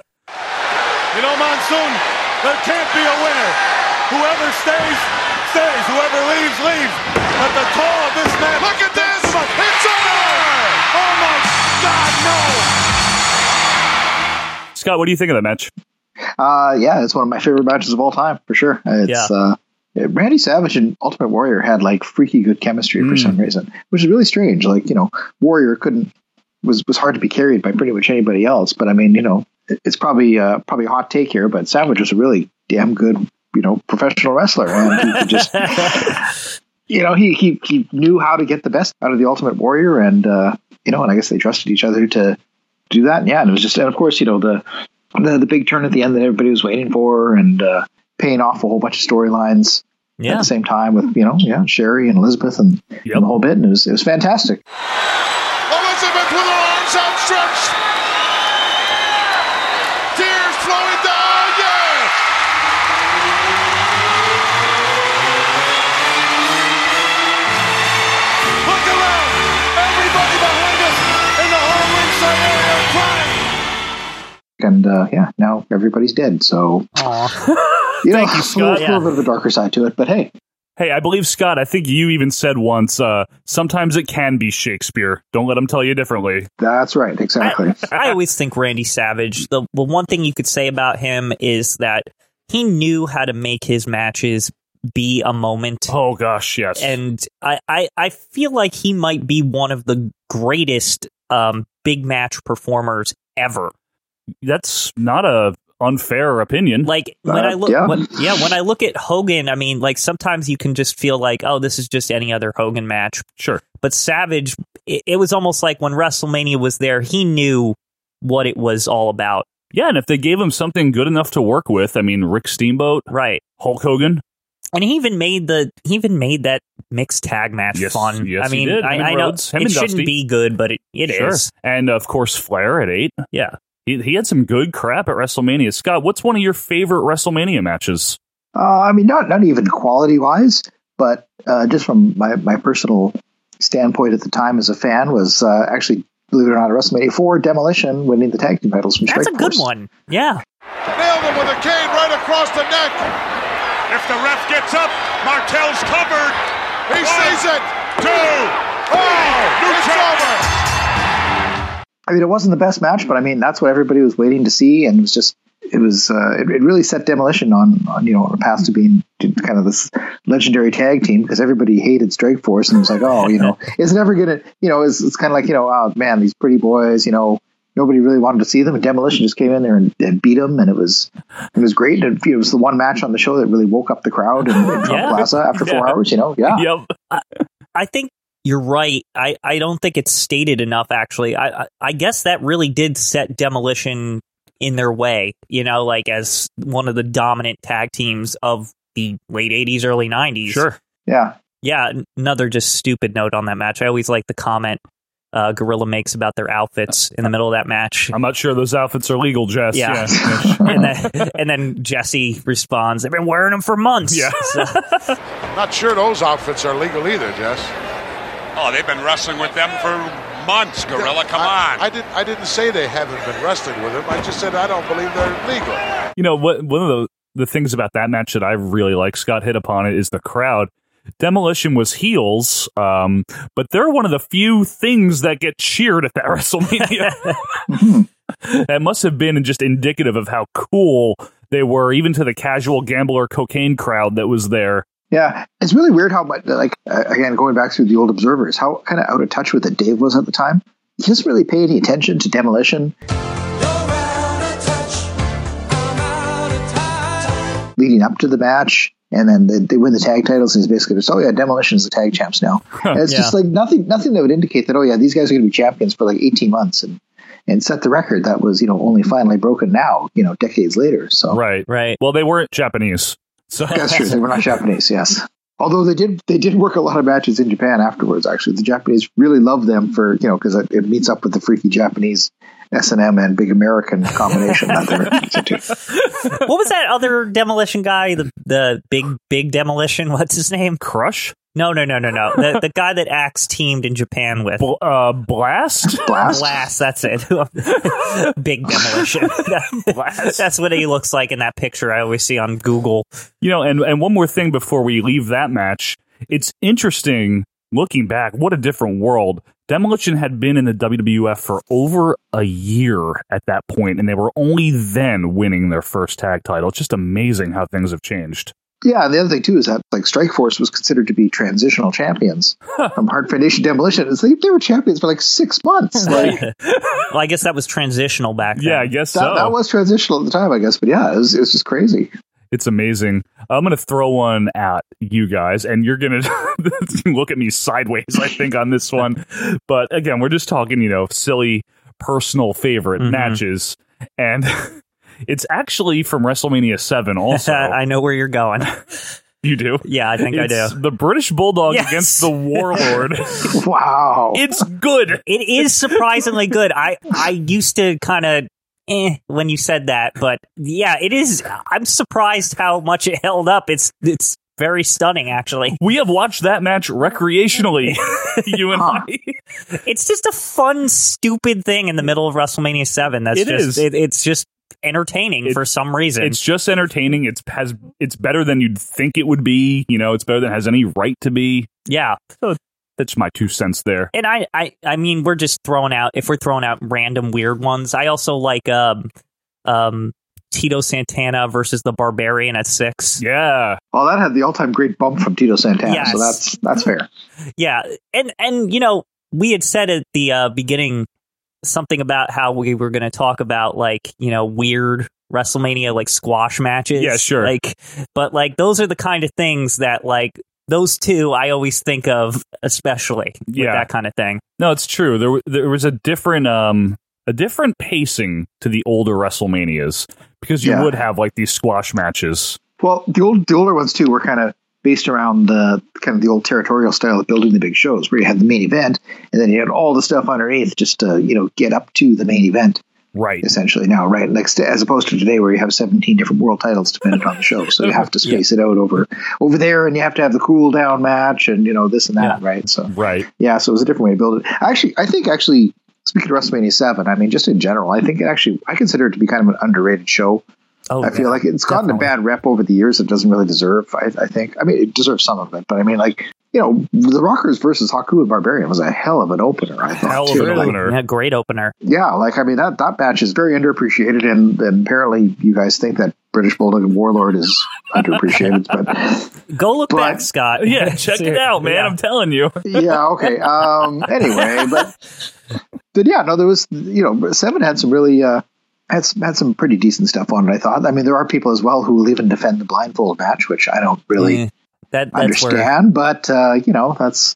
S9: You know, Monsoon, there can't be a winner. Whoever stays, stays. Whoever leaves, leaves. But the call of this man. Look at this! It's over! Oh my God, no!
S4: Scott, what do you think of that match?
S6: Uh, yeah, it's one of my favorite matches of all time for sure. It's
S5: Yeah.
S6: uh, Randy Savage and Ultimate Warrior had like freaky good chemistry for some reason, which is really strange. Like you know, Warrior couldn't was was hard to be carried by pretty much anybody else. But I mean, you know, it- it's probably uh, probably a hot take here, but Savage was a really damn good you know professional wrestler, and he could just you know he he he knew how to get the best out of the Ultimate Warrior, and uh, you know, and I guess they trusted each other to do that. Yeah, and it was just, and of course, you know, the the, the big turn at the end that everybody was waiting for, and uh, paying off a whole bunch of storylines at
S5: Yeah.
S6: the same time with you know, yeah, Sherry and Elizabeth and, and the whole bit, and it was it was fantastic.
S2: Elizabeth with her arms outstretched. Tears flowing down. Yeah.
S9: Look around! Everybody behind us in the whole ringside area crying!
S6: And uh, yeah, now everybody's dead, so you know,
S4: you, Scott.
S6: a little,
S5: Yeah.
S6: little bit of a darker side to it, but hey,
S4: Hey, I believe Scott. I think you even said once. Uh, sometimes it can be Shakespeare. Don't let him tell you differently.
S6: that's right, exactly.
S5: I always think Randy Savage. The, the one thing you could say about him is that he knew how to make his matches be a moment.
S4: Oh gosh, yes.
S5: and I, I I feel like he might be one of the greatest um, big match performers ever.
S4: that's not a unfair opinion.
S5: Like when
S6: Uh,
S5: I look,
S6: yeah.
S5: When, yeah, when I look at Hogan, I mean, like sometimes you can just feel like, oh, this is just any other Hogan match.
S4: sure.
S5: But Savage, it, it was almost like when WrestleMania was there, he knew what it was all about.
S4: Yeah, and if they gave him something good enough to work with, I mean, Rick Steamboat,
S5: Right.
S4: Hulk Hogan.
S5: and he even made the he even made that mixed tag match
S4: Yes,
S5: fun.
S4: yes,
S5: I
S4: he
S5: mean,
S4: did.
S5: I,
S4: Him and
S5: I know
S4: Rhodes, him
S5: it
S4: and
S5: shouldn't
S4: Dusty.
S5: be good, but it, it is.
S4: Sure. And of course, Flair at eight.
S5: Yeah.
S4: He, he had some good crap at WrestleMania. Scott, what's one of your favorite WrestleMania matches?
S6: Uh, I mean, not not even quality wise, but uh, just from my, my personal standpoint at the time as a fan was uh, actually, believe it or not, WrestleMania four demolition winning the tag team titles from
S5: That's a good
S6: Strikeforce.
S5: one. Yeah.
S2: Nailed him with a cane right across the neck.
S9: If the ref gets up, Martel's covered.
S2: He sees it.
S9: Two.
S2: Oh, it's over.
S6: I mean, it wasn't the best match, but I mean, that's what everybody was waiting to see, and it was just it was uh, it, it really set demolition on, on you know on a path to being to kind of this legendary tag team because everybody hated Strikeforce and was like, oh, you know, is it ever gonna you know it's, it's kind of like you know oh man these pretty boys you know. Nobody really wanted to see them, and Demolition just came in there and, and beat them, and it was it was great. And it was the one match on the show that really woke up the crowd in, in Trump
S5: Yeah.
S6: Plaza after four
S4: Yeah.
S6: hours. You know, yeah,
S4: Yep.
S5: I think you're right. I, I don't think it's stated enough, actually. I, I, I guess that really did set Demolition in their way, you know, like as one of the dominant tag teams of the late 80s, early 90s.
S4: Sure.
S6: Yeah.
S5: Yeah, n- another just stupid note on that match. I always like the comment uh, Gorilla makes about their outfits in the middle of that match.
S4: I'm not sure those outfits are legal, Jess.
S5: Yeah. and, then, and then Jesse responds, They've been wearing them for months.
S4: Yeah.
S5: So-
S2: Not sure those outfits are legal either, Jess.
S9: Oh, they've been wrestling with them for months, Gorilla. Come
S2: I,
S9: on.
S2: I didn't. I didn't say they haven't been wrestling with him. I just said I don't believe they're legal.
S4: you know what one of the the things about that match that I really like Scott hit upon it is the crowd. Demolition was heels, um, but they're one of the few things that get cheered at that WrestleMania. that must have been just indicative of how cool they were, even to the casual gambler cocaine crowd that was there.
S6: Yeah, it's really weird how much like uh, again going back through the old observers, how kind of out of touch with it Dave was at the time. He doesn't really pay any attention to demolition. Leading up to the match, and then they, they win the tag titles, and he's basically just, oh yeah, demolition is the tag champs now. And it's just like nothing, nothing that would indicate that oh yeah, these guys are going to be champions for like eighteen months and and set the record that was you know only finally broken now you know decades later. So
S4: Right.
S5: right.
S4: Well, they weren't Japanese. So
S6: that's true. They were not Japanese, yes. Although they did, they did work a lot of matches in Japan afterwards. Actually, the Japanese really love them for you know because it, it meets up with the freaky Japanese S and M and big American combination that they're into.
S5: what was that other demolition guy? The the big big demolition. What's his name?
S4: Crush?
S5: No, no, no, no, no. The the guy that Axe teamed in Japan with.
S4: Bl- uh, blast?
S6: Blast.
S5: Blast, that's it. Big demolition.
S4: Blast.
S5: that's what he looks like in that picture I always see on Google.
S4: You know, and, and one more thing before we leave that match. It's interesting looking back, what a different world. Demolition had been in the WWF for over a year at that point, and they were only then winning their first tag title. It's just amazing how things have changed.
S6: Yeah, and the other thing too is that like Strikeforce was considered to be transitional champions from Hard Foundation Demolition. It's like they were champions for like six months. Like that,
S5: Well, I guess that was transitional back then.
S4: Yeah, I guess so.
S6: that was transitional at the time, I guess. But yeah, it was, it was just crazy.
S4: It's amazing. I'm going to throw one at you guys, and you're going to look at me sideways, I think, on this one. But again, we're just talking, you know, silly personal favorite
S5: Mhm.
S4: matches. And it's actually from WrestleMania 7 also.
S5: I know where you're going.
S4: you do?
S5: Yeah, I think I do.
S4: It's The British Bulldog
S5: Yes.
S4: against the Warlord.
S6: Wow.
S4: it's good.
S5: It is surprisingly good. I I used to kind of eh when you said that, but yeah, it is. I'm surprised how much it held up. It's it's very stunning actually.
S4: We have watched that match recreationally, you and I.
S5: It's just a fun, stupid thing in the middle of WrestleMania Seven. That's
S4: It
S5: just
S4: is.
S5: It, it's just entertaining
S4: It-
S5: for some reason.
S4: It's just entertaining. It's has it's better than you'd think it would be. You know, it's better than it has any right to be.
S5: yeah,
S4: That's my two cents there.
S5: and I, I I mean we're just throwing out if we're throwing out random weird ones. I also like um um Tito Santana versus the Barbarian at six.
S4: Yeah,
S6: Well, that had the all-time great bump from Tito Santana,
S5: Yes.
S6: so that's that's fair.
S5: yeah and and you know we had said at the uh, beginning something about how we were going to talk about like you know weird wrestlemania like squash matches
S4: Yeah, sure.
S5: like but like those are the kind of things that like those two i always think of especially with
S4: Yeah.
S5: that kind of thing
S4: no, it's true. There w- there was a different um a different pacing to the older WrestleManias because you
S6: Yeah.
S4: would have like these squash matches.
S6: Well, the old the older ones too were kind of based around the kind of the old territorial style of building the big shows, where you had the main event and then you had all the stuff underneath just to you know get up to the main event
S4: Right.
S6: essentially. Now, right next to, as opposed to today where you have seventeen different world titles dependent on the show, so you have to space it out over over there, and you have to have the cool down match and you know this and that, right? So
S4: Right.
S6: yeah, so it was a different way to build it. Actually, I think actually speaking of WrestleMania Seven, I mean just in general, I think it actually I consider it to be kind of an underrated show.
S5: oh
S6: I feel like it's gotten
S5: definitely.
S6: a bad rep over the years. It doesn't really deserve. I, I think. I mean, it deserves some of it, but I mean, like you know, the Rockers versus Haku and Barbarian was a hell of an opener. I thought.
S4: Hell of
S6: too.
S4: an
S6: Like,
S4: opener.
S5: yeah, great opener
S6: yeah, like I mean, that that match is very underappreciated, and, and apparently, you guys think that British Bulldog and Warlord is underappreciated, but
S5: go look
S6: But-
S5: back scott
S4: Yeah, check it out, man.
S5: Yeah.
S4: I'm telling you.
S6: yeah, okay. Um, anyway, but but yeah, no, there was you know seven had some really uh, had some, had some pretty decent stuff on it. I thought. I mean, there are people as well who will even defend the
S4: Mm.
S6: blindfold match, which I don't really
S5: Yeah. that that's where
S6: understand, but uh, you know that's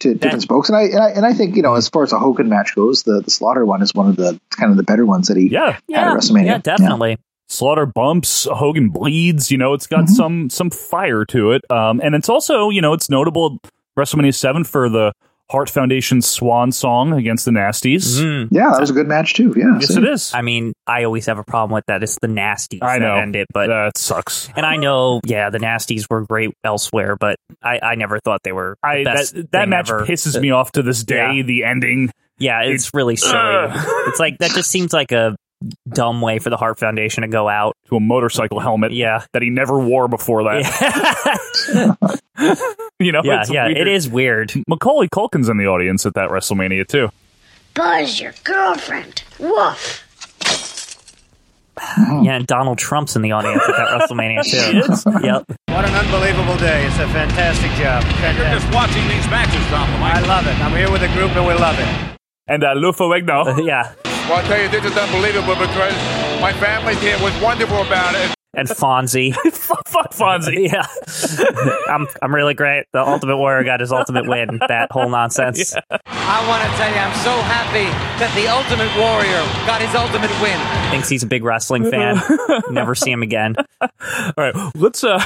S6: to different spokes. And I, and I and I think you know, as far as a Hogan match goes, the, the Slaughter one is one of the kind of the better ones that he
S4: Yeah.
S6: had
S5: Yeah,
S6: at WrestleMania.
S5: yeah, definitely.
S4: Slaughter bumps, Hogan bleeds, you know, it's got some some fire to it. Um and it's also, you know, it's notable at WrestleMania 7 for the Hart Foundation swan song against the Nasties.
S5: Mm.
S6: Yeah, that was a good match too. Yeah,
S4: Yes
S6: so-
S4: it is.
S5: I mean, I always have a problem with that. It's the nasties
S4: I know.
S5: that end it, but
S4: that sucks.
S5: and I know, yeah, the nasties were great elsewhere, but I, I never thought they were. the
S4: I
S5: best
S4: that, that
S5: thing
S4: match
S5: ever.
S4: pisses me off to this day,
S5: Yeah.
S4: the ending.
S5: Yeah, it's really silly. It's like that just seems like a dumb way for the Heart Foundation to go out.
S4: to a motorcycle helmet
S5: Yeah.
S4: that he never wore before that.
S5: Yeah,
S4: You know,
S5: yeah,
S4: it's
S5: yeah
S4: weird.
S5: it is weird.
S4: Macaulay Culkin's in the audience at that WrestleMania too.
S10: Buzz, your girlfriend. Woof.
S5: Yeah, and Donald Trump's in the audience at that WrestleMania too. yep.
S9: What an unbelievable day. It's a fantastic job. You're just watching these matches, Tom. I love it. I'm here with a group and we love it.
S4: And uh, Lufo Egno,
S5: Yeah.
S2: Well, I tell you, this is unbelievable because my family's here was wonderful about it.
S5: And Fonzie.
S4: fuck, fuck Fonzie.
S5: Yeah. I'm I'm really great. The Ultimate Warrior got his ultimate win. That whole nonsense.
S9: I want to tell you, I'm so happy that the Ultimate Warrior got his ultimate win.
S5: Thinks he's a big wrestling fan. Never see him again.
S4: All right, let's uh,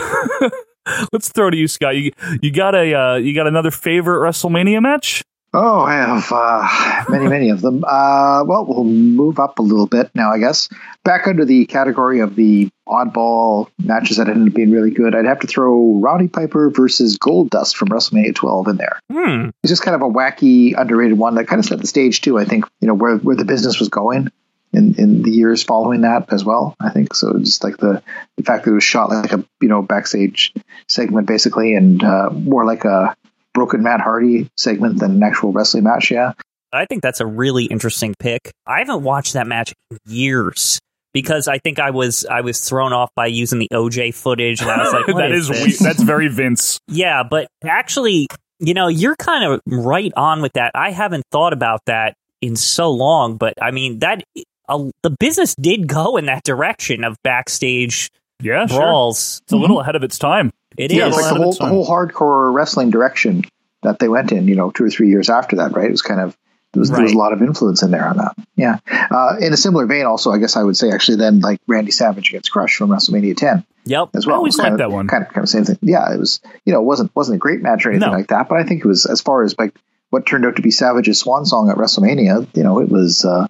S4: let's throw to you, Scott. You you got a uh, you got another favorite WrestleMania match?
S6: Oh, I have uh, many, many of them. Uh, well, we'll move up a little bit now, I guess. Back under the category of the oddball matches that ended up being really good, I'd have to throw Roddy Piper versus Goldust from WrestleMania 12 in there.
S5: Hmm.
S6: It's just kind of a wacky, underrated one that kind of set the stage too. I think you know where where the business was going in in the years following that as well. I think so. Just like the the fact that it was shot like a you know backstage segment basically, and uh, more like a broken Matt Hardy segment than an actual wrestling match. Yeah,
S5: I think that's a really interesting pick. I haven't watched that match in years because I think I was I was thrown off by using the OJ footage and I was like, what
S4: that is
S5: this?
S4: weird. That's very Vince.
S5: Yeah, but actually, you know, you're kind of right on with that. I haven't thought about that in so long, but I mean that uh, the business did go in that direction of backstage
S4: Yeah, sure.
S5: brawls.
S4: It's a little ahead of its time.
S5: It
S6: yeah,
S5: is.
S6: it's like
S4: Around
S6: the
S4: the
S6: whole the
S4: time.
S6: whole hardcore wrestling direction that they went in. You know, two or three years after that, right? It was kind of there was, there was a
S5: Right.
S6: lot of influence in there on that. Yeah. Uh, in a similar vein, also, I guess I would say actually then like Randy Savage against Crush from WrestleMania 10.
S5: yep.
S6: as well.
S4: I always
S6: It was
S4: liked
S6: kind of-
S4: that one.
S6: Kind of, kind of same thing. Yeah, it was you know it wasn't wasn't a great match or anything
S4: No.
S6: like that, but I think it was as far as like what turned out to be Savage's swan song at WrestleMania. You know, it was uh,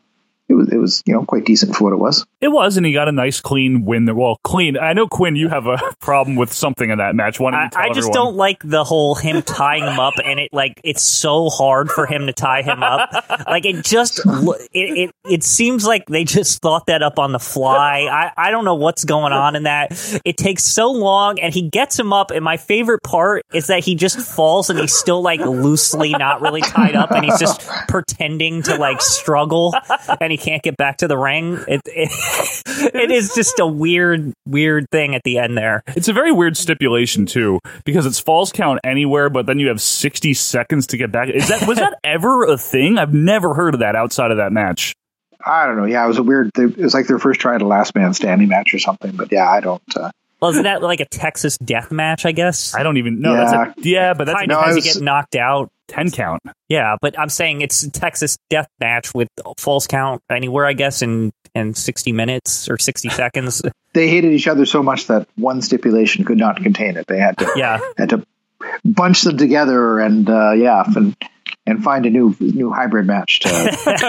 S6: it was it was you know quite decent for what it was.
S4: It was, and he got a nice clean win. There, well, clean. I know Quinn, you have a problem with something in that match. Why don't you
S5: I,
S4: tell
S5: I just
S4: everyone?
S5: don't like the whole him tying him up, and it like it's so hard for him to tie him up. Like it just lo- it it, it seems like they just thought that up on the fly. I I don't know what's going on in that. It takes so long, and he gets him up. And my favorite part is that he just falls, and he's still like loosely not really tied up, and he's just pretending to like struggle, and he can't get back to the ring. It it, it is just a weird weird thing at the end there.
S4: It's a very weird stipulation too, because it's false count anywhere, but then you have sixty seconds to get back. Is that was that ever a thing? I've never heard of that outside of that match.
S6: I don't know. Yeah, it was a weird. It was like their first try at a last man standing match or something. But yeah, I don't. Uh,
S5: Well, isn't that like a Texas death match, I guess?
S4: I don't even know. That's a, yeah, but that's a
S5: kind of
S6: No,
S5: as
S6: it's-
S5: you get knocked out.
S4: ten count.
S5: Yeah, but I'm saying it's a Texas death match with false count anywhere, I guess, in, in 60 minutes or 60 seconds.
S6: they hated each other so much that one stipulation could not contain it. They had to
S5: Yeah.
S6: had to bunch them together and uh, yeah and and find a new new hybrid match to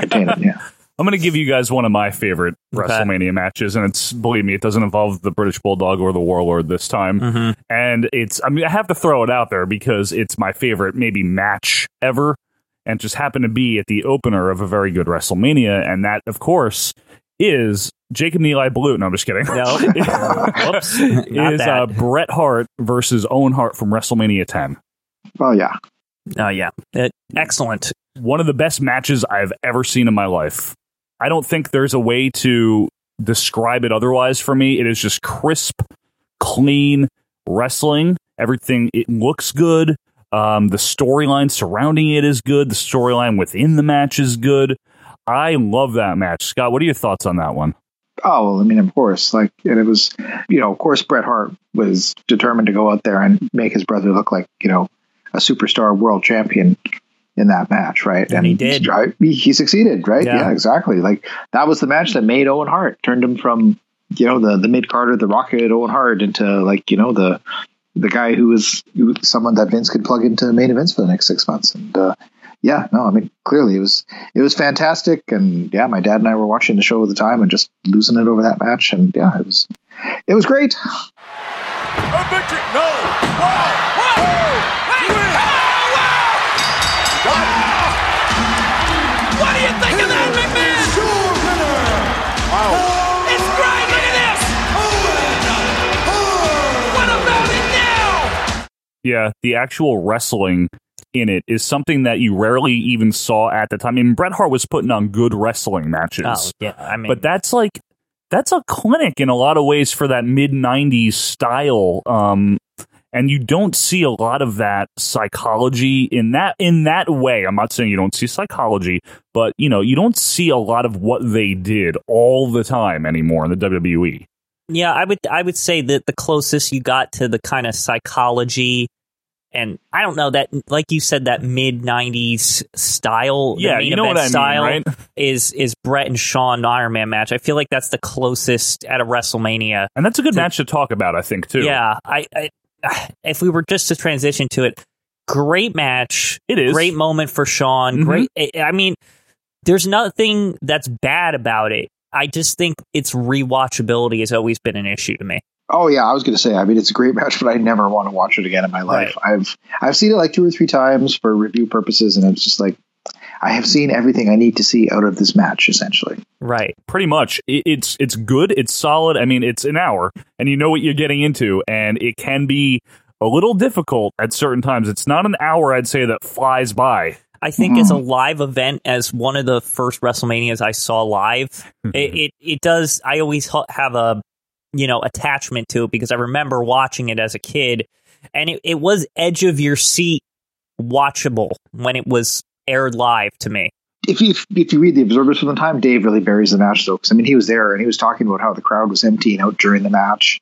S6: contain it. Yeah.
S4: I'm going to give you guys one of my favorite WrestleMania matches, and it's believe me, it doesn't involve the British Bulldog or the Warlord this time.
S5: Mm-hmm.
S4: And it's I mean I have to throw it out there because it's my favorite maybe match ever, and just happened to be at the opener of a very good WrestleMania, and that of course is Jacob Neely Blue. No, I'm just kidding.
S5: No. Whoops. Not
S4: is uh,
S5: that.
S4: Bret Hart versus Owen Hart from WrestleMania 10.
S6: Well, yeah.
S5: oh, yeah. Uh, excellent.
S4: one of the best matches I've ever seen in my life. I don't think there's a way to describe it otherwise for me. It is just crisp, clean wrestling. Everything it looks good. Um, the storyline surrounding it is good. The storyline within the match is good. I love that match, Scott. What are your thoughts on that one?
S6: oh well i mean of course like and it was you know of course bret hart was determined to go out there and make his brother look like you know a superstar world champion in that match, right?
S5: And he did.
S6: I- He, he succeeded, right?
S5: Yeah.
S6: Yeah. exactly. Like that was the match that made Owen Hart turned him from you know the the mid Carter, the Rocket Owen Hart into like you know the the guy who was who was someone that Vince could plug into main events for the next six months. And uh, yeah, no, I mean clearly it was it was fantastic, and yeah, my dad and I were watching the show at the time and just losing it over that match, and yeah, it was it was great.
S9: A victory. No. Wow. Whoa. Wait. Oh, wow. What do you think of that, McMahon? Sure winner. Wow. It's great. Look at this. What about it now?
S4: Yeah, the actual wrestling in it is something that you rarely even saw at the time. I mean, Bret Hart was putting on good wrestling matches.
S5: Oh, yeah. I mean,
S4: but that's like that's a clinic in a lot of ways for that mid 90s style um and you don't see a lot of that psychology in that in that way i'm not saying you don't see psychology but you know you don't see a lot of what they did all the time anymore in the E. wwe
S5: Yeah, I would I would say that the closest you got to the kind of psychology and I don't know that like you said that mid 90s style the
S4: Yeah,
S5: main
S4: you know
S5: event
S4: what I mean,
S5: style
S4: right?
S5: is is Brett and Shawn Iron Man match. I feel like that's the closest at a WrestleMania.
S4: and that's a good match to talk about i think too
S5: Yeah, I, I if we were just to transition to it, great match.
S4: It is.
S5: great moment for Sean.
S4: Mhm.
S5: Great. I- I mean, there's nothing that's bad about it. I just think its rewatchability has always been an issue to me.
S6: Oh yeah, I was going to say. I mean, it's a great match, but I never want to watch it again in my life. I've I've seen it like two or three times for review purposes, and it's just like I have seen everything I need to see out of this match. Essentially,
S5: Right.
S4: pretty much it, it's it's good it's solid i mean it's an hour and you know what you're getting into and it can be a little difficult at certain times it's not an hour i'd say that flies by
S5: I think as a
S6: Mm-hmm.
S5: live event, as one of the first WrestleManias I saw live, it, it it does. I always ha- have a you know attachment to it because I remember watching it as a kid, and it, it was edge of your seat watchable when it was aired live to me.
S6: if you if you read the observers from the time, Dave really buries the match though, because I mean he was there and he was talking about how the crowd was emptying out during the match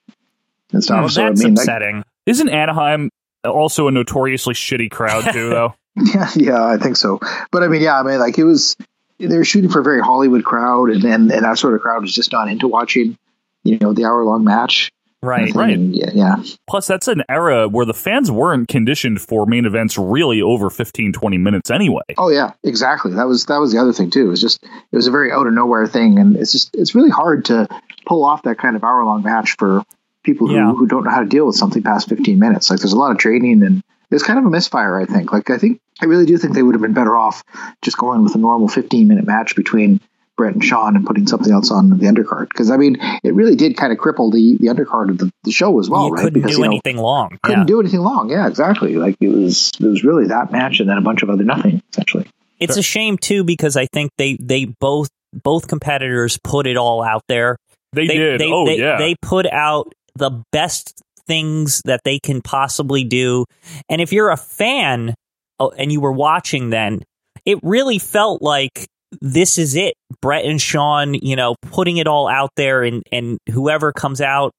S6: and stuff.
S5: Well,
S6: Oh, so
S5: that's
S6: I mean, like,
S5: upsetting.
S4: Isn't Anaheim also a notoriously shitty crowd too, though?
S6: Yeah, yeah, I think so. But I mean, yeah, I mean, like it was they were shooting for a very Hollywood crowd, and and, and that sort of crowd was just not into watching, you know, the hour long match.
S5: right.
S4: Right.
S6: And, yeah, yeah.
S4: Plus, that's an era where the fans weren't conditioned for main events really over 15, 20 minutes anyway.
S6: Oh yeah, exactly. That was that was the other thing too. It was just it was a very out of nowhere thing, and it's just it's really hard to pull off that kind of hour long match for people who,
S5: Yeah.
S6: who don't know how to deal with something past fifteen minutes. Like there's a lot of training, and it's kind of a misfire. I think. Like I think I really do think they would have been better off just going with a normal fifteen minute match between Brett and Sean and putting something else on the undercard. Because I mean, it really did kind of cripple the the undercard of the, the show as well,
S5: you
S6: right?
S5: couldn't
S6: Because,
S5: do
S6: you know,
S5: anything long.
S6: Couldn't
S5: yeah.
S6: do anything long. Yeah, exactly. Like it was, it was really that match and then a bunch of other nothing, essentially.
S5: it's a shame too because I think they they both both competitors put it all out there.
S4: They, did. oh,
S5: they,
S4: yeah.
S5: They put out the best things that they can possibly do. And if you're a fan oh, and you were watching then, it really felt like this is it. Brett and Sean, you know, putting it all out there and, and whoever comes out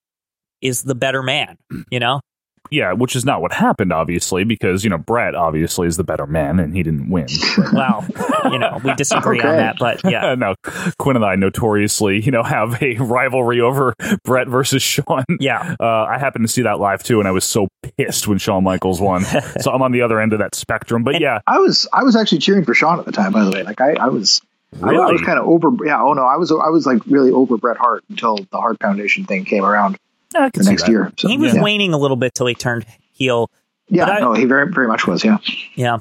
S5: is the better man, you know?
S4: yeah, which is not what happened, obviously, because, you know, Brett obviously is the better man and he didn't win. But-
S5: Well, you know, we disagree on
S6: Okay.
S5: that, but yeah.
S4: no, Quinn and I notoriously, you know, have a rivalry over Brett versus Sean.
S5: Yeah.
S4: Uh, I happened to see that live too, and I was so pissed when Shawn Michaels won. so I'm on the other end of that spectrum. But yeah,
S6: I was I was actually cheering for Sean at the time. By the way, like I, I was I- I,
S4: Really?
S6: was kind of over. Yeah. Oh no, I was I was like really over Bret Hart until the Hart Foundation thing came around
S4: I can
S6: the
S4: see
S6: next
S4: that.
S6: year. So,
S5: He was
S6: yeah.
S5: waning a little bit till he turned heel.
S6: Yeah.
S5: but I-
S6: no, he very very much was. Yeah.
S5: Yeah.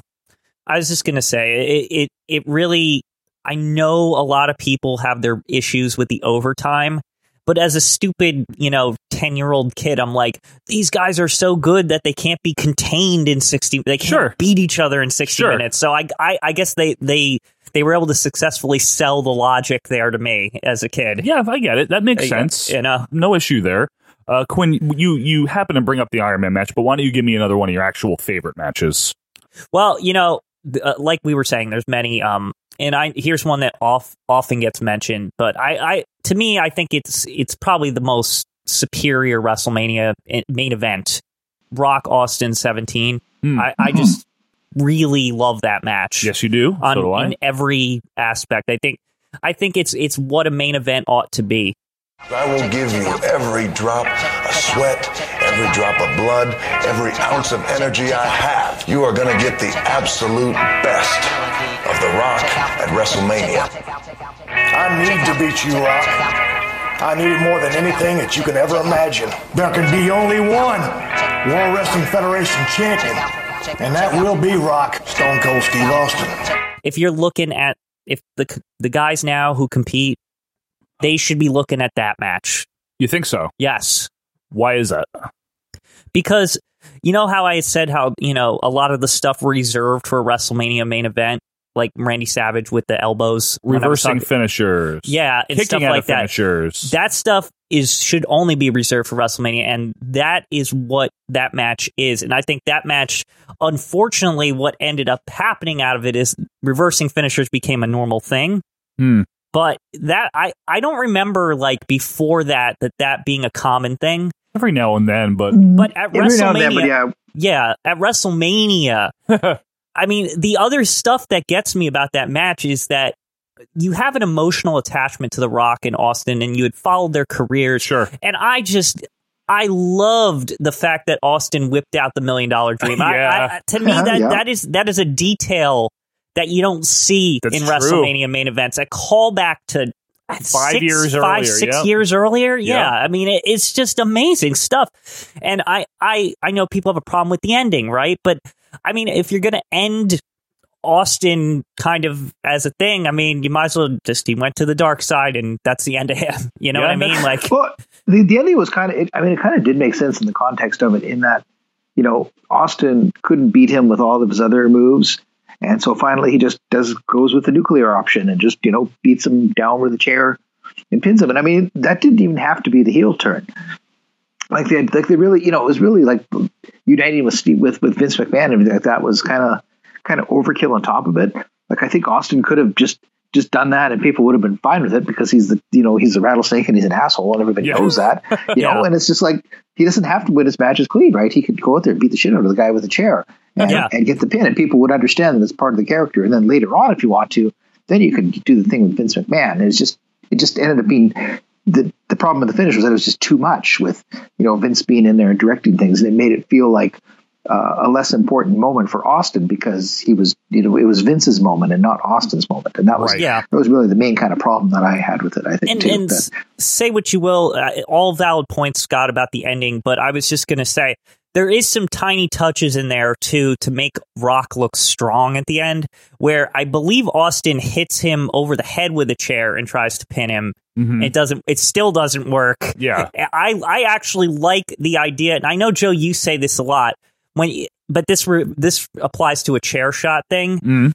S5: I was just going to say it, it it really I know a lot of people have their issues with the overtime, but as a stupid, you know, 10-year-old kid, I'm like these guys are so good that they can't be contained in 60 they can't
S4: Sure.
S5: beat each other in 60
S4: Sure.
S5: minutes. So I, I I guess they they they were able to successfully sell the logic there to me as a kid.
S4: Yeah, I get it. That makes
S5: Yeah,
S4: sense.
S5: you know.
S4: no issue there. Uh, Quinn, you you happen to bring up the Iron Man match, but why don't you give me another one of your actual favorite matches?
S5: Well, you know, th- uh, like we were saying, there's many. Um, and I here's one that off, often gets mentioned, but I, I to me, I think it's it's probably the eh, most superior WrestleMania i- main event. Rock Austin 17. I, I just really love that match.
S4: Hmm. Yes, you do.
S5: on
S4: so do I.
S5: in every aspect. I think I think it's it's what a main event ought to be.
S11: I will give you every drop of sweat, every drop of blood, every ounce of energy I have. You are going to get the absolute best of The Rock at WrestleMania.
S12: I need to beat you up. I need it more than anything that you can ever imagine. There can be only one World Wrestling Federation champion, and that will be Rock Stone Cold Steve Austin.
S5: If you're looking at if the c- the guys now who compete, they should be looking at that match.
S4: You think so?
S5: Yes,
S4: Why is that?
S5: because you know how I said how you know a lot of the stuff reserved for a WrestleMania main event, like Randy Savage with the elbows, when I was
S4: Reversing
S5: talking-
S4: finishers.
S5: yeah, and
S4: Kicking
S5: stuff
S4: out
S5: like
S4: of
S5: that.
S4: finishers.
S5: That stuff is should only be reserved for WrestleMania, and that is what that match is. And I think that match, unfortunately, what ended up happening out of it is reversing finishers became a normal thing.
S4: Hmm.
S5: But that I I don't remember like before that that that being a common thing.
S4: Every now and then, but
S5: But at
S6: Mm-hmm. Every now and then,
S5: WrestleMania,
S6: but
S5: yeah,
S6: yeah,
S5: at WrestleMania. I mean, the other stuff that gets me about that match is that you have an emotional attachment to The Rock and Austin, and you had followed their careers.
S4: Sure.
S5: And I just. I loved the fact that Austin whipped out the million dollar dream. I-
S4: Yeah.
S5: I, to me,
S6: Yeah,
S5: that,
S6: yeah.
S5: that is that is a detail that you don't see
S4: That's
S5: in
S4: true.
S5: WrestleMania main events. A callback to
S4: Five
S5: six-
S4: years
S5: five,
S4: earlier,
S5: six
S4: yeah.
S5: years earlier. Yeah,
S4: Yeah.
S5: I mean, it, it's just amazing stuff. And I, I, I know people have a problem with the ending, right? But I mean, if you're going to end Austin kind of as a thing, I mean, you might as well just he went to the dark side, and that's the end of him. You know
S4: Yeah,
S5: what I mean?
S4: that's-
S5: Like,
S6: Well, the, the ending was kind of, it, I mean, it kind of did make sense in the context of it, in that, you know, Austin couldn't beat him with all of his other moves. And so finally he just does goes with the nuclear option and just, you know, beats him down with a chair and pins him. And I mean, that didn't even have to be the heel turn. Like they, like they really, you know, it was really like uniting with Steve, with with Vince McMahon and everything like that was kind of kind of overkill on top of it. Like I think Austin could have just just done that and people would have been fine with it because he's the you know he's a rattlesnake and he's an asshole and everybody
S4: Yeah.
S6: knows that you know and it's just like he doesn't have to win his matches clean right he could go out there and beat the shit out of the guy with a chair and,
S5: Yeah.
S6: and get the pin and people would understand that it's part of the character and then later on if you want to then you could do the thing with Vince McMahon it's just it just ended up being the the problem with the finish was that it was just too much with you know Vince being in there and directing things and it made it feel like uh, a less important moment for Austin because he was, you know, it was Vince's moment and not Austin's moment, and that was
S5: Right. Yeah.
S6: that was really the main kind of problem that I had with it. I think
S5: and,
S6: too.
S5: and
S6: that-
S5: s- say what you will, uh, all valid points, Scott, about the ending. But I was just going to say there is some tiny touches in there too to make Rock look strong at the end, where I believe Austin hits him over the head with a chair and tries to pin him. It doesn't. It still doesn't work.
S4: Yeah.
S5: I I actually like the idea, and I know Joe, you say this a lot when, y- but this re, this applies to a chair shot thing.
S4: Mhm.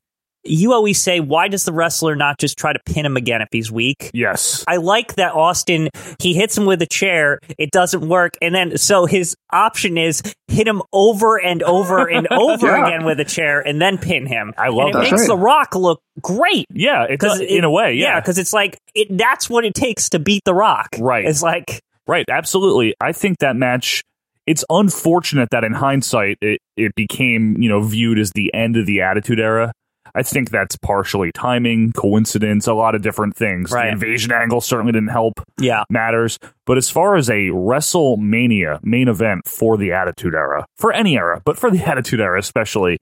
S5: You always say, why does the wrestler not just try to pin him again if he's weak?
S4: yes.
S5: I like that Austin, he hits him with a chair, it doesn't work. And then, so his option is hit him over and over and over
S6: Yeah.
S5: again with a chair and then pin him.
S4: I love
S5: and it
S6: that.
S5: makes
S6: That's
S5: The
S6: right.
S5: Rock look great.
S4: Yeah, it does
S5: because
S4: in a way. Yeah,
S5: Because it's like, it, that's what it takes to beat The Rock.
S4: Right.
S5: It's like,
S4: Right, absolutely. I think that match. It's unfortunate that in hindsight it, it became you know viewed as the end of the Attitude Era. I think that's partially timing, coincidence, a lot of different things.
S5: Right.
S4: The invasion angle certainly didn't help
S5: yeah.
S4: matters. But as far as a WrestleMania main event for the Attitude Era, for any era, but for the Attitude Era especially,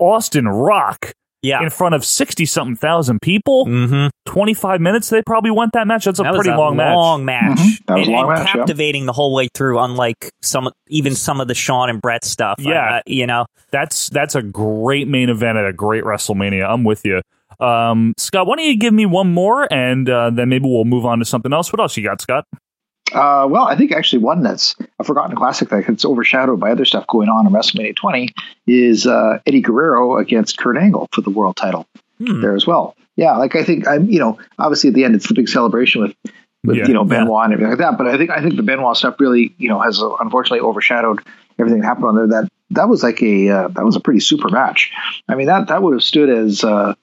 S4: Austin Rock
S5: Yeah.
S4: in front of sixty something thousand people,
S5: Mm-hmm.
S4: twenty five minutes they probably went that match. That's a
S5: That was
S4: pretty
S5: a
S4: long match.
S5: long match.
S6: Mhm. That was
S5: and,
S6: a long
S5: and
S6: match, yeah.
S5: captivating the whole way through, unlike some, even some of the Shawn and Brett stuff.
S4: Yeah.
S5: Uh, you know?
S4: That's that's a great main event at a great WrestleMania. I'm with you. Um, Scott, why don't you give me one more and uh, then maybe we'll move on to something else. What else you got, Scott?
S6: Uh, well, I think actually one that's a forgotten classic that gets overshadowed by other stuff going on in WrestleMania 20 is uh, Eddie Guerrero against Kurt Angle for the world title there as well. Yeah, like I think I'm, you know, obviously at the end it's the big celebration with, with
S4: Yeah,
S6: you know
S4: yeah.
S6: Benoit and everything like that. But I think I think the Benoit stuff really, you know, has uh, unfortunately overshadowed everything that happened on there. That that was like a uh, that was a pretty super match. I mean that that would have stood as uh,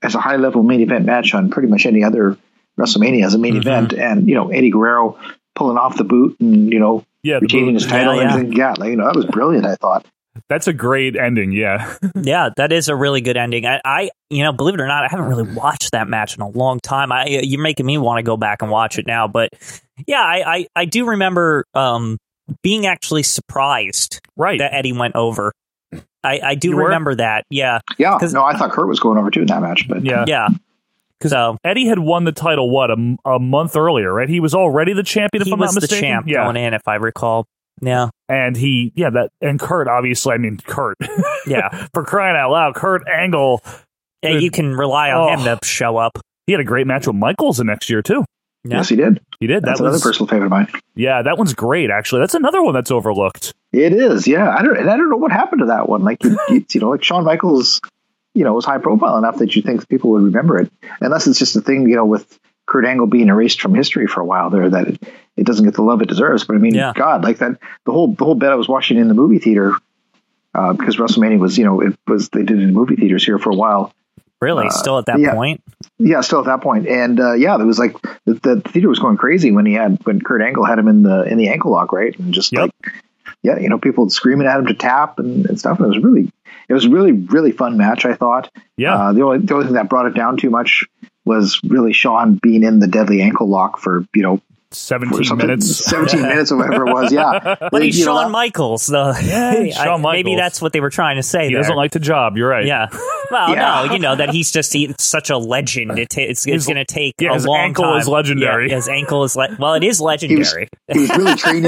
S6: as a high level main event match on pretty much any other WrestleMania as a
S4: Mm-hmm.
S6: main event, and you know Eddie Guerrero pulling off the boot and you know
S4: Yeah, the
S6: retaining
S4: boot.
S6: his title
S5: Yeah,
S6: and
S5: yeah.
S6: everything. Yeah, like, you know that was brilliant. I thought
S4: That's a great ending. Yeah.
S5: yeah, that is a really good ending. I, I, you know, believe it or not, I haven't really watched that match in a long time. I, uh, you're making me want to go back and watch it now. But yeah, I, I, I do remember um, being actually surprised
S4: right.
S5: that Eddie went over. I, I do
S4: You were?
S5: remember that. Yeah.
S6: Yeah, no, I thought Kurt was going over too in that match, but
S4: Yeah.
S5: Yeah.
S4: Because
S5: So-
S4: Eddie had won the title what a, m- a month earlier, right? He was already the champion. If
S5: He
S4: I'm
S5: was
S4: not
S5: the
S4: mistaken.
S5: champ
S4: yeah.
S5: going in, if I recall. Yeah.
S4: and he yeah that and Kurt obviously I mean Kurt
S5: Yeah.
S4: for crying out loud Kurt Angle
S5: Yeah, you can rely on
S4: Oh.
S5: him to show up.
S4: he had a great match with Michaels the next year too
S5: Yeah.
S6: yes, he did.
S4: he did
S6: That's
S4: that
S6: another
S4: was
S6: personal favorite of mine.
S4: yeah that one's great actually that's another one that's overlooked
S6: It is, yeah. I don't, and I don't know what happened to that one. Like, you, you, you know, like Shawn Michaels, you know, was high profile enough that you think people would remember it, unless it's just a thing, you know, with Kurt Angle being erased from history for a while there, that it, it doesn't get the love it deserves. But I mean,
S5: Yeah.
S6: God, like that, the whole the whole bit I was watching in the movie theater uh, because WrestleMania was, you know, it was they did it in movie theaters here for a while.
S5: Really?
S6: Uh,
S5: still at that
S6: yeah.
S5: point?
S6: Yeah, still at that point, and uh, yeah, there was like the, the theater was going crazy when he had when Kurt Angle had him in the in the ankle lock, right? And just
S4: Yep.
S6: like yeah, you know, people screaming at him to tap and, and stuff. And it was really, it was really really fun match. I thought.
S4: Yeah.
S6: Uh, the only the only thing that brought it down too much was really Sean being in the deadly ankle lock for you know for
S4: 17
S6: something-
S4: minutes
S6: seventeen minutes or whatever it was. Yeah,
S5: But he's
S6: You know,
S5: Shawn
S6: that-
S5: Michaels, though.
S4: Yeah, he's
S5: I-
S4: Shawn
S5: Maybe
S4: Michaels.
S5: that's what they were trying to say.
S4: he
S5: there.
S4: doesn't like the job you're right
S5: Yeah. Well,
S6: Yeah.
S5: no, you know that he's just he, such a legend. It ta- it's it's
S4: His-
S5: going to take
S4: yeah,
S5: a
S4: his
S5: long
S4: ankle
S5: time.
S4: is legendary.
S5: Yeah, his ankle is le- well, it is
S6: he was,
S5: legendary.
S6: he was really training.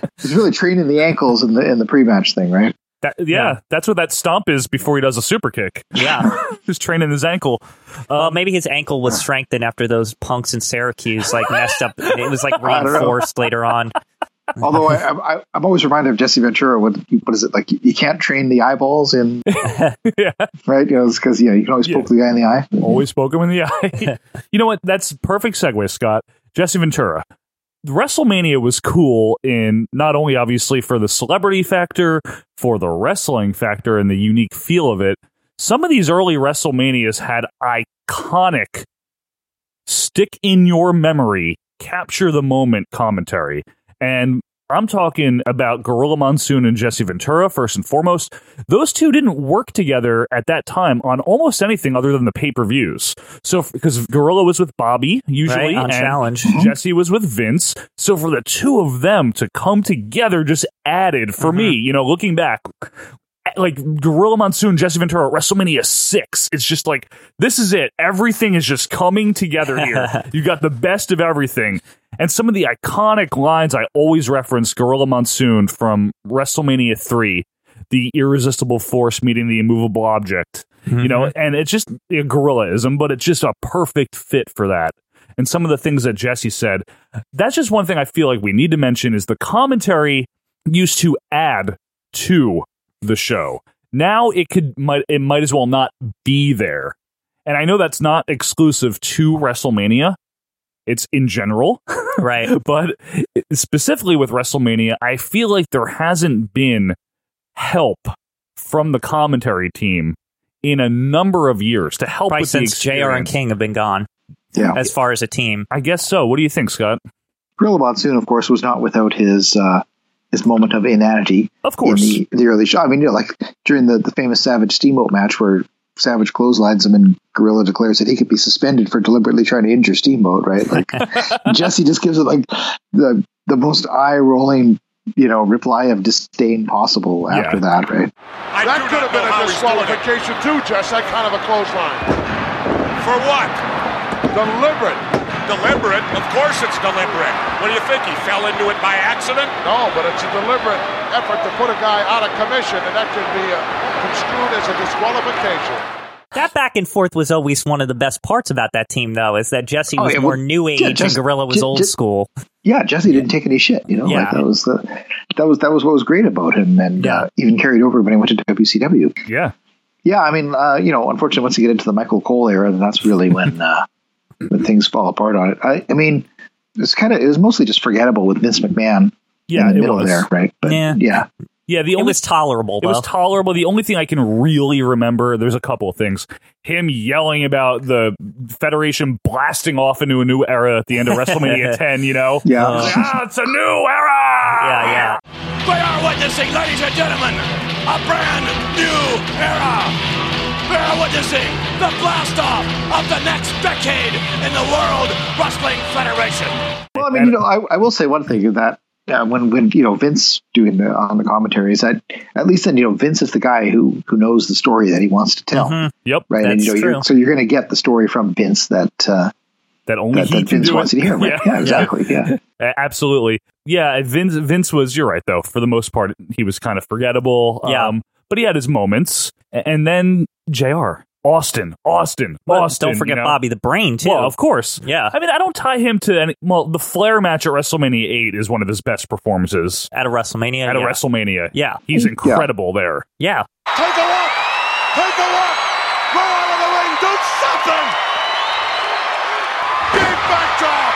S6: he was really training the ankles in the in the pre match thing, right?
S4: That- yeah, that's what that stomp is before he does a super kick
S5: yeah.
S4: he's training his ankle
S5: Well, maybe his ankle was strengthened after those punks in Syracuse like messed up. It was like
S6: don't know.
S5: reinforced later on.
S6: Although I, I, I- I'm always reminded of Jesse Ventura. What, what is it like? You, you can't train the eyeballs in,
S4: yeah
S6: right? You know, because yeah, you can always poke the guy in the eye.
S4: always poke him in the eye you know what that's a perfect segue Scott Jesse Ventura WrestleMania was cool in not only obviously for the celebrity factor, for the wrestling factor and the unique feel of it. Some of these early WrestleManias had iconic stick in your memory, capture the moment commentary. And I'm talking about Gorilla Monsoon and Jesse Ventura first and foremost. Those two didn't work together at that time on almost anything other than the pay-per-views. So because Gorilla was with Bobby usually
S5: Right? On
S4: and-
S5: challenge.
S4: Jesse was with Vince. So for the two of them to come together just added for me, you know, looking back, like Gorilla Monsoon, Jesse Ventura, at WrestleMania 6. It's just like, this is it. Everything is just coming together here. you got the best of everything. And some of the iconic lines I always reference Gorilla Monsoon from WrestleMania 3 the irresistible force meeting the immovable object. You know, and it's just a gorillaism, but it's just a perfect fit for that. And some of the things that Jesse said, that's just one thing I feel like we need to mention is the commentary used to add to the show. Now it could might it might as well not be there. And I know that's not exclusive to WrestleMania. It's in general
S5: Right.
S4: but specifically with WrestleMania, I feel like there hasn't been help from the commentary team in a number of years to help
S5: Probably
S4: with the
S5: since JR and
S4: experience.
S5: King have been gone
S6: Oh, Yeah,
S5: as far as a team.
S4: I guess so. What do you think, Scott?
S6: Gorilla Monsoon, of course, was not without his uh, his moment of inanity.
S4: Of course.
S6: in the, the early show. I mean, you know, like during the, the famous Savage Steamboat match where Savage clotheslines him and Gorilla declares that he could be suspended for deliberately trying to injure Steamboat, right? Like Jesse just gives it like the the most eye rolling, you know, reply of disdain possible after that, right?
S2: That could have been a disqualification too, Jess. That kind of a clothesline.
S9: For what?
S2: Deliberate.
S9: Deliberate? Of course it's deliberate. What do you think? He fell into it by accident?
S2: No, but it's a deliberate effort to put a guy out of commission, and that could be uh, construed as a disqualification.
S5: That back and forth was always one of the best parts about that team, though, is that Jesse
S6: Oh,
S5: was
S6: yeah,
S5: more
S6: well,
S5: new age
S6: yeah, just-
S5: and Gorilla was
S6: ju-
S5: old
S6: ju-
S5: school.
S6: Yeah, Jesse didn't take any shit, you know.
S5: Yeah.
S6: Like that was the that was that was what was great about him and
S5: Yeah.
S6: uh, even carried over when he went to WCW.
S4: Yeah.
S6: Yeah, I mean, uh, you know, unfortunately, once you get into the Michael Cole era, then that's really when uh, when things fall apart on it. I, I mean, it's kind of it was mostly just forgettable with Vince McMahon
S4: Yeah,
S6: in the
S4: it
S6: middle
S4: was.
S6: there, right? But,
S5: Yeah.
S6: yeah,
S4: Yeah, the
S5: It
S4: only
S5: was tolerable,
S4: It
S5: though.
S4: was tolerable. The only thing I can really remember, there's a couple of things. Him yelling about the Federation blasting off into a new era at the end of WrestleMania 10, you know?
S6: Yeah.
S4: He's like, ah, it's a new era!
S5: Uh-huh. yeah, yeah.
S9: We are witnessing, ladies and gentlemen, a brand new era. We're witnessing the blast off of the next decade in the World Wrestling Federation.
S6: Well, I mean, you know, I, I will say one thing is that uh, when when you know Vince doing the on the commentary is that at least then you know Vince is the guy who who knows the story that he wants to tell,
S4: Mhm. Yep,
S6: right? and
S4: that's
S6: you know,
S4: true.
S6: You're, so you're going to get the story from Vince that uh,
S4: that only
S6: that,
S4: he can
S6: Vince
S4: do
S6: wants
S4: it.
S6: to hear. Right? Yeah. exactly. Yeah.
S4: A- absolutely. Yeah, Vince. Vince was. You're right, though. For the most part, he was kind of forgettable.
S5: Yeah.
S4: um, but he had his moments. A- And then Jr. Austin, Austin,
S5: Well,
S4: Austin.
S5: don't forget
S4: you know?
S5: Bobby the Brain too.
S4: Well, of course.
S5: Yeah.
S4: I mean, I don't tie him to any. Well, the Flair match at WrestleMania eight is one of his best performances
S5: At a WrestleMania.
S4: at a
S5: yeah.
S4: WrestleMania.
S5: Yeah.
S4: he's
S5: Yeah.
S4: incredible there.
S5: Yeah.
S9: Take a walk. Take a walk. Go out of the ring. Do something. Big backdrop.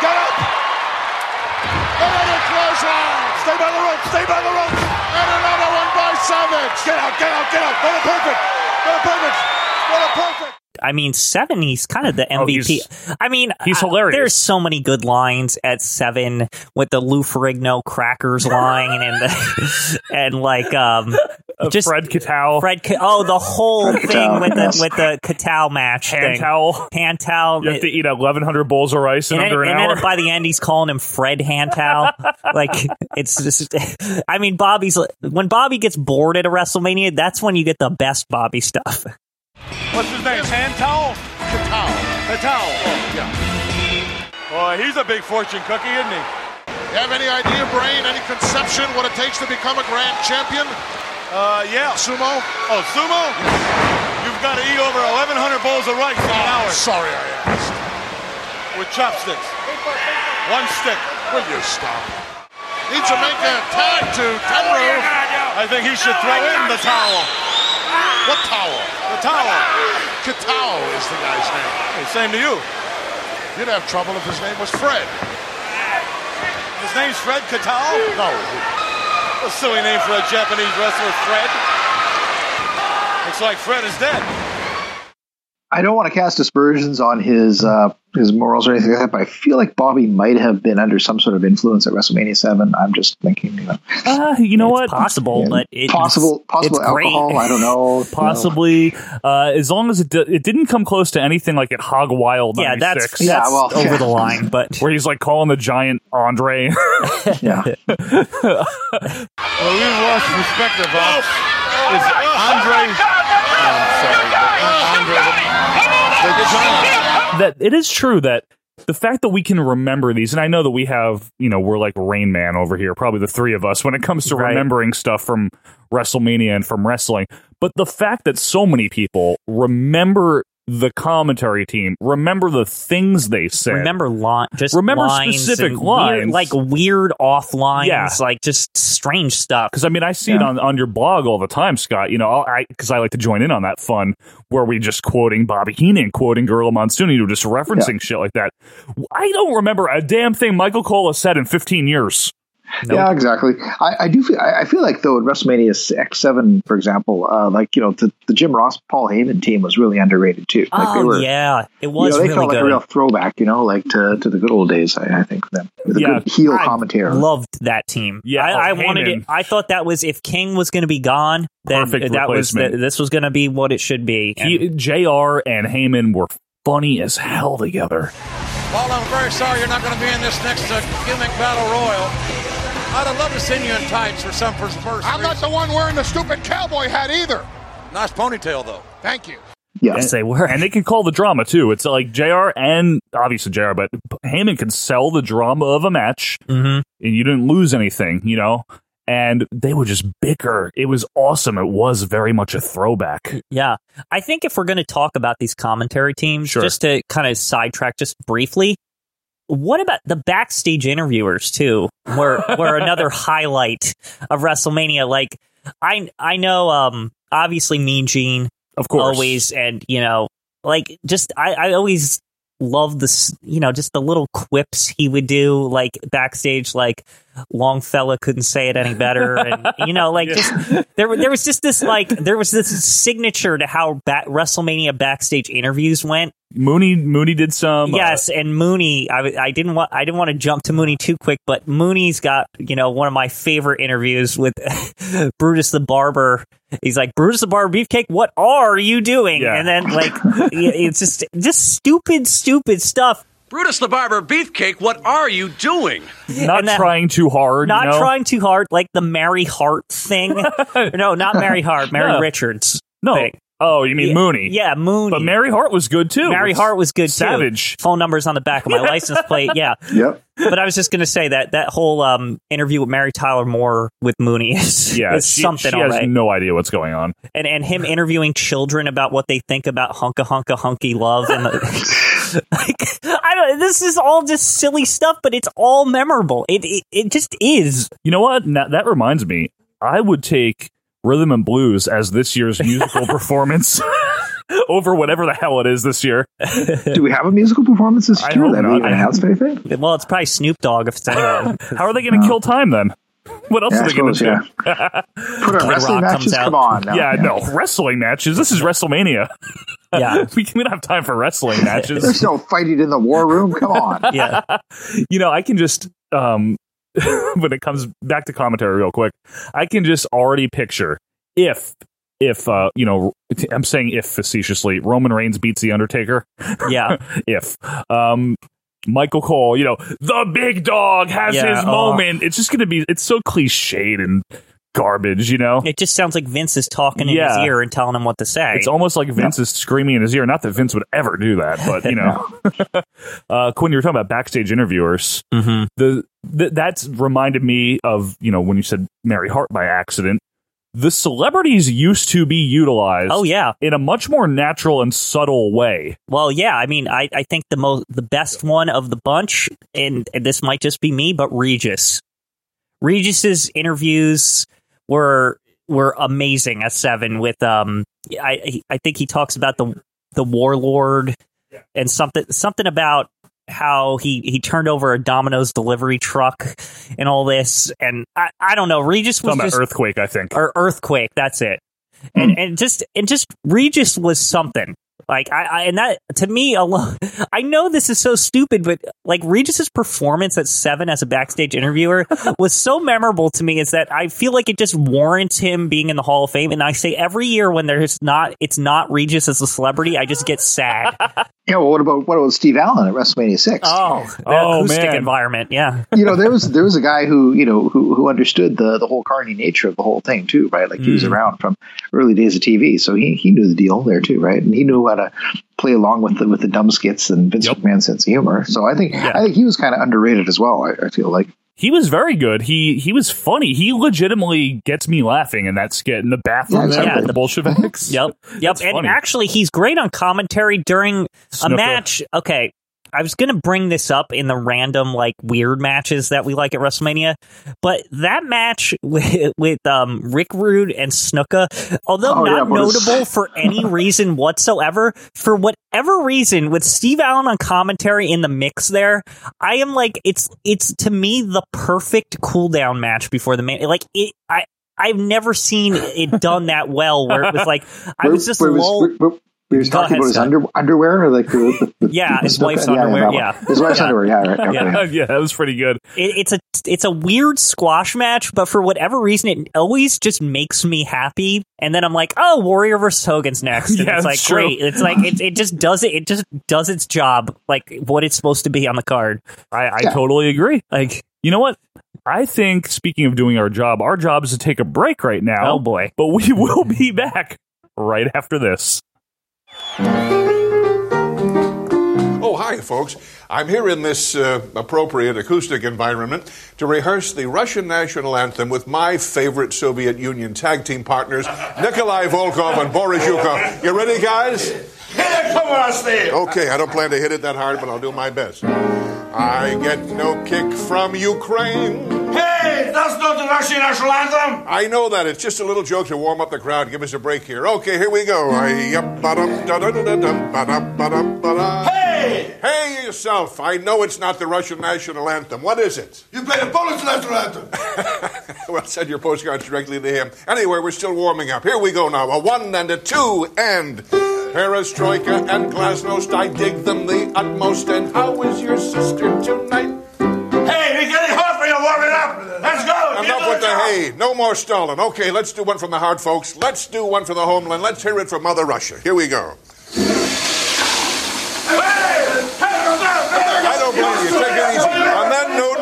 S9: Get up. And another close line. Stay by the rope. Stay by the rope. And another one by Savage. Get out. Get out. Get out. Go to perfect. Go to perfect. Go to perfect.
S5: I mean, seven. He's kind of the
S4: Oh,
S5: MVP. I mean,
S4: he's
S5: I-
S4: hilarious.
S5: There's so many good lines at seven with the Lou Ferrigno crackers line and the, and like um just
S4: Fred Katow,
S5: Fred. Ka- Oh, the whole
S6: Fred
S5: thing
S6: Katow,
S5: with the
S6: yes.
S5: with the Katow match
S4: hand
S5: thing.
S4: towel.
S5: Hand towel.
S4: You have to eat 1,100 bowls of rice in
S5: and,
S4: under
S5: then,
S4: an
S5: and
S4: hour.
S5: then by the end, he's calling him Fred Hantow. like it's just, I mean, Bobby's when Bobby gets bored at a WrestleMania, that's when you get the best Bobby stuff.
S9: What's his name? Hand towel?
S2: The towel.
S9: The towel. Oh, yeah. Boy, he's a big fortune cookie, isn't he?
S2: You have any idea, Brain? Any conception what it takes to become a grand champion?
S9: Uh, yeah.
S2: Sumo?
S9: Oh, sumo? You've got to eat over 1,100 bowls of rice in an hour
S2: Oh, Sorry, I asked.
S9: with chopsticks. One stick.
S2: Will you stop? Needs to make a tag to Tenru.
S9: I think he should throw in the towel.
S2: What towel?
S9: The towel.
S2: Katao is the guy's name.
S9: Hey, same to you.
S2: You'd have trouble if his name was Fred.
S9: His name's Fred Katal.
S2: No,
S9: A silly name for a Japanese wrestler, Fred. Looks like Fred is dead.
S6: I don't want to cast aspersions on his uh, his morals or anything like that, but I feel like Bobby might have been under some sort of influence at WrestleMania Seven. I'm just thinking, you know,
S4: Uh, you know what?
S5: Possible,
S6: Yeah.
S5: but it's,
S6: possible possible
S5: it's great.
S6: alcohol. I don't know. you know.
S4: Possibly, uh, as long as it di- it didn't come close to anything like at Hog Wild
S5: Yeah, that's,
S4: 96,
S5: that's
S6: Yeah, well,
S5: over
S6: yeah.
S5: the line, but
S4: where he's like calling the giant Andre.
S6: Yeah.
S2: Well, we've lost perspective on
S9: Is Andre.
S2: Oh,
S9: Oh,
S2: Andre. The giant.
S4: that it is true that the fact that we can remember these, and I know that we have, you know, we're like Rain Man over here, probably the three of us when it comes to
S5: Right.
S4: remembering stuff from WrestleMania and from wrestling. But the fact that so many people remember the commentary team, remember the things they said,
S5: remember lot just
S4: Remember
S5: lines
S4: specific
S5: and
S4: lines.
S5: weird, like weird off lines,
S4: Yeah.
S5: like just strange stuff.
S4: because I mean I see it
S6: Yeah.
S4: on, on your blog all the time, Scott. You know, I'll- I because I like to join in on that fun where we just quoting Bobby Heenan, quoting Gorilla Monsoon, you know, just referencing shit like that. I don't remember a damn thing Michael Cole has said in 15 years.
S6: Yeah, exactly. I, I do feel I, I feel like though at WrestleMania X seven, for example, uh, like you know the, the Jim Ross Paul Heyman team was really underrated too. Like
S5: oh yeah, it
S6: you
S5: was
S6: know, they
S5: really
S6: felt like
S5: good.
S6: a real throwback, you know, like to, to the good old days. I, I think for them with a
S4: Yeah.
S6: good heel
S5: I
S6: commentary.
S5: Loved that team.
S4: Yeah,
S5: I, I
S4: oh,
S5: wanted
S4: Heyman.
S5: it. I thought that was if King was going to be gone, then
S4: Perfect
S5: that was the,
S4: replacement.
S5: this was going to be what it should be. And-
S4: He, Jr. and Heyman were funny as hell together.
S9: Well, I'm very sorry you're not going to be in this next uh, gimmick battle royal. I'd have loved to send you in tights for some first person.
S2: I'm not the one wearing the stupid cowboy hat either.
S9: Nice ponytail, though.
S2: Thank you.
S6: yeah,
S5: yes, they were.
S4: And they can call the drama too. It's like JR and obviously JR, but Heyman can sell the drama of a match
S5: Mhm.
S4: and you didn't lose anything, you know? And they would just bicker. It was awesome. It was very much a throwback.
S5: Yeah. I think if we're going to talk about these commentary teams,
S4: Sure.
S5: just to kind of sidetrack just briefly, what about the backstage interviewers too? Were were another highlight of WrestleMania. Like I I know um obviously Mean Gene
S4: Of course.
S5: always and you know like just I I always love this you know just the little quips he would do like backstage like Longfella couldn't say it any better and you know like just there were- there was just this like there was this signature to how ba- WrestleMania backstage interviews went
S4: Mooney Mooney did some. uh,
S5: yes, and Mooney. I, w- I didn't want I didn't want to jump to Mooney too quick, but Mooney's got you know one of my favorite interviews with Brutus the Barber. He's like Brutus the Barber Beefcake. What are you doing?
S1: Yeah.
S5: And then like y- it's just just stupid, stupid stuff.
S1: Brutus the Barber Beefcake, what are you doing?
S4: not
S5: and that-
S4: trying too hard.
S5: Not
S4: you know?
S5: trying too hard, like the Mary Hart thing. no, not Mary Hart. Mary
S4: No.
S5: Richards.
S4: No.
S5: thing.
S4: Oh, you mean
S5: Yeah,
S4: Mooney?
S5: Yeah, Mooney.
S4: But Mary Hart was good too.
S5: Mary Hart was good
S4: Savage.
S5: too. Phone numbers on the back of my license plate. Yeah.
S6: Yep.
S5: But I was just going to say that that whole um, interview with Mary Tyler Moore with Mooney is,
S4: Yeah,
S5: is
S4: she,
S5: something,
S4: She
S5: all
S4: has
S5: right.
S4: no idea what's going on.
S5: and and him interviewing children about what they think about hunka hunka hunky love and the, like I don't. This is all just silly stuff, but it's all memorable. It it, it just is.
S4: You know what? Now, that reminds me. I would take Rhythm and Blues as this year's musical performance over whatever the hell it is this year.
S6: Do we have a musical performance this
S4: I
S6: year?
S4: hope
S6: Have they
S4: not.
S6: even announced anything?
S5: Well, it's probably Snoop Dogg if it's anyone.
S4: How are they going to kill time then? What else
S6: Uh, Yeah,
S4: are
S6: I
S4: they going
S6: suppose,
S4: to do?
S6: Put on
S5: Kid
S6: wrestling
S5: Rock
S6: matches.
S5: comes out.
S6: Come on. Now.
S4: yeah, no wrestling matches. This is WrestleMania.
S5: Yeah,
S4: we, we don't have time for wrestling matches.
S6: There's no fighting in the war room. Come on.
S5: yeah.
S4: you know, I can just um when it comes back to commentary real quick, I can just already picture if if uh you know I'm saying if facetiously Roman Reigns beats the Undertaker,
S5: Yeah.
S4: if um Michael Cole, you know, the big dog has
S5: Yeah, uh-huh.
S4: his
S5: aw.
S4: moment. It's just going to be it's so cliched and garbage, you know.
S5: It just sounds like Vince is talking in
S4: Yeah.
S5: his ear and telling him what to say.
S4: It's almost like Vince is screaming in his ear. Not that Vince would ever do that, but you know, uh, Quinn, you were talking about backstage interviewers.
S5: Mhm.
S4: The th- that's reminded me of you know when you said Mary Hart by accident. The celebrities used to be utilized.
S5: Oh yeah.
S4: in a much more natural and subtle way.
S5: Well, yeah. I mean, I, I think the most the best one of the bunch, and, and this might just be me, but Regis. Regis's interviews were were amazing at seven. With um, I he- I think he talks about the the warlord and something something about how he he turned over a Domino's delivery truck and all this, and I I don't know. Regis was
S4: Talking about
S5: just
S4: earthquake, I think.
S5: or earthquake. That's it.
S4: Hmm.
S5: And and just and just Regis was something. Like I, I and that to me alone, I know this is so stupid, but like Regis's performance at seven as a backstage interviewer was so memorable to me. Is that I feel like it just warrants him being in the Hall of Fame. And I say every year when there's not, it's not Regis as a celebrity, I just get sad.
S6: Yeah. Well, what about what about Steve Allen at WrestleMania six?
S5: oh, the
S4: Oh,
S5: acoustic
S4: man.
S5: environment, yeah,
S6: you know, there was there was a guy who you know who who understood the the whole carny nature of the whole thing too, right? Like he
S5: Mm.
S6: was around from early days of TV, so he he knew the deal there too, right? And he knew how to play along with the with the dumb skits and Vince McMahon's sense of humor. So I think I think he was kind of underrated as well. I, I feel like
S4: He was very good. He he was funny. He legitimately gets me laughing in that skit in the bathroom
S6: Yeah,
S4: there
S5: yeah,
S4: with the
S5: the-
S4: Bolsheviks.
S5: yep, yep.
S4: That's
S5: And
S4: funny.
S5: actually, he's great on commentary during
S4: Snooker.
S5: a match. Okay, I was gonna bring this up in the random like weird matches that we like at WrestleMania, but that match with, with um, Rick Rude and Snuka, although
S6: Oh, yeah,
S5: not
S6: but it's-
S5: notable for any reason whatsoever, for whatever reason, with Steve Allen on commentary in the mix there, I am like it's it's to me the perfect cool down match before the main. Like it, I. I've never seen it done that well where it was like I was just
S6: we was-
S5: lulled
S6: we- we- we was
S5: Go
S6: talking
S5: ahead,
S6: about his
S5: Scott.
S6: under, underwear, or like the, the, the-
S5: Yeah,
S6: the
S5: his
S6: stuff-
S5: wife's
S6: that
S5: underwear,
S6: one.
S5: yeah.
S6: his wife's
S5: Yeah.
S6: underwear. Yeah, right. Okay.
S5: Yeah.
S4: yeah, that was pretty good.
S5: it, it's a it's a weird squash match, but for whatever reason, it always just makes me happy. And then I'm like, oh, Warrior versus Hogan's next. And
S4: Yeah,
S5: it's like
S4: that's true.
S5: great. It's like it, it just does it. It just does its job, like what it's supposed to be on the card.
S4: I, I totally agree.
S5: Like,
S4: You know what? I think speaking of doing our job, our job is to take a break right now.
S5: oh boy,
S4: But we will be back right after this.
S9: Oh, hi, folks. I'm here in this uh, appropriate acoustic environment to rehearse the Russian national anthem with my favorite Soviet Union tag team partners, Nikolai Volkov and Boris Yukov. You ready, guys? Oh. Okay, I don't plan to hit it that hard, but I'll do my best. I get no kick from Ukraine.
S12: Hey, that's not the Russian national anthem.
S9: I know that. It's just a little joke to warm up the crowd. Give us a break here. Okay, here we go. I- yup, ba-dum, da-da-da-da-dum, ba-dum, ba-dum, ba-dum.
S12: Hey,
S13: Hey yourself. I know it's not the Russian national anthem. What is it?
S14: You play the Polish national anthem.
S13: well, send your postcards directly to him. Anyway, we're still warming up. Here we go now. A one and a two and. Perestroika and glasnost, I dig them the utmost. And how is your sister tonight?
S14: Hey, we're getting hot for you warming up. Let's go. Get
S13: Enough with the
S14: those up.
S13: hay. No more stalling. Okay, let's do one from the hard folks. Let's do one for the homeland. Let's hear it from Mother Russia. Here we go. I don't believe you. Take it easy. On that note,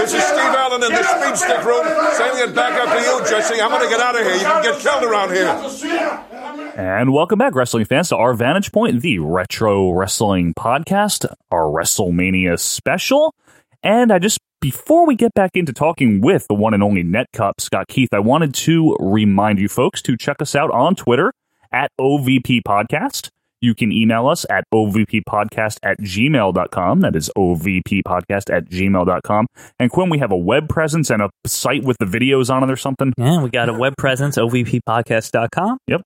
S13: this is Steve Allen in the speed stick room sending it back up to you, Jesse. I'm going to get out of here. You can get killed around here.
S4: And welcome back, wrestling fans, to our Vantage Point, the Retro Wrestling Podcast, our WrestleMania special. And I just, before we get back into talking with the one and only NetCup, Scott Keith, I wanted to remind you folks to check us out on Twitter at OVP Podcast. You can email us at ovppodcast at gmail.com. That is ovppodcast at gmail.com. And Quinn, we have a web presence and a site with the videos on it or something.
S5: Yeah, we got a web presence, ovppodcast.com.
S4: Yep.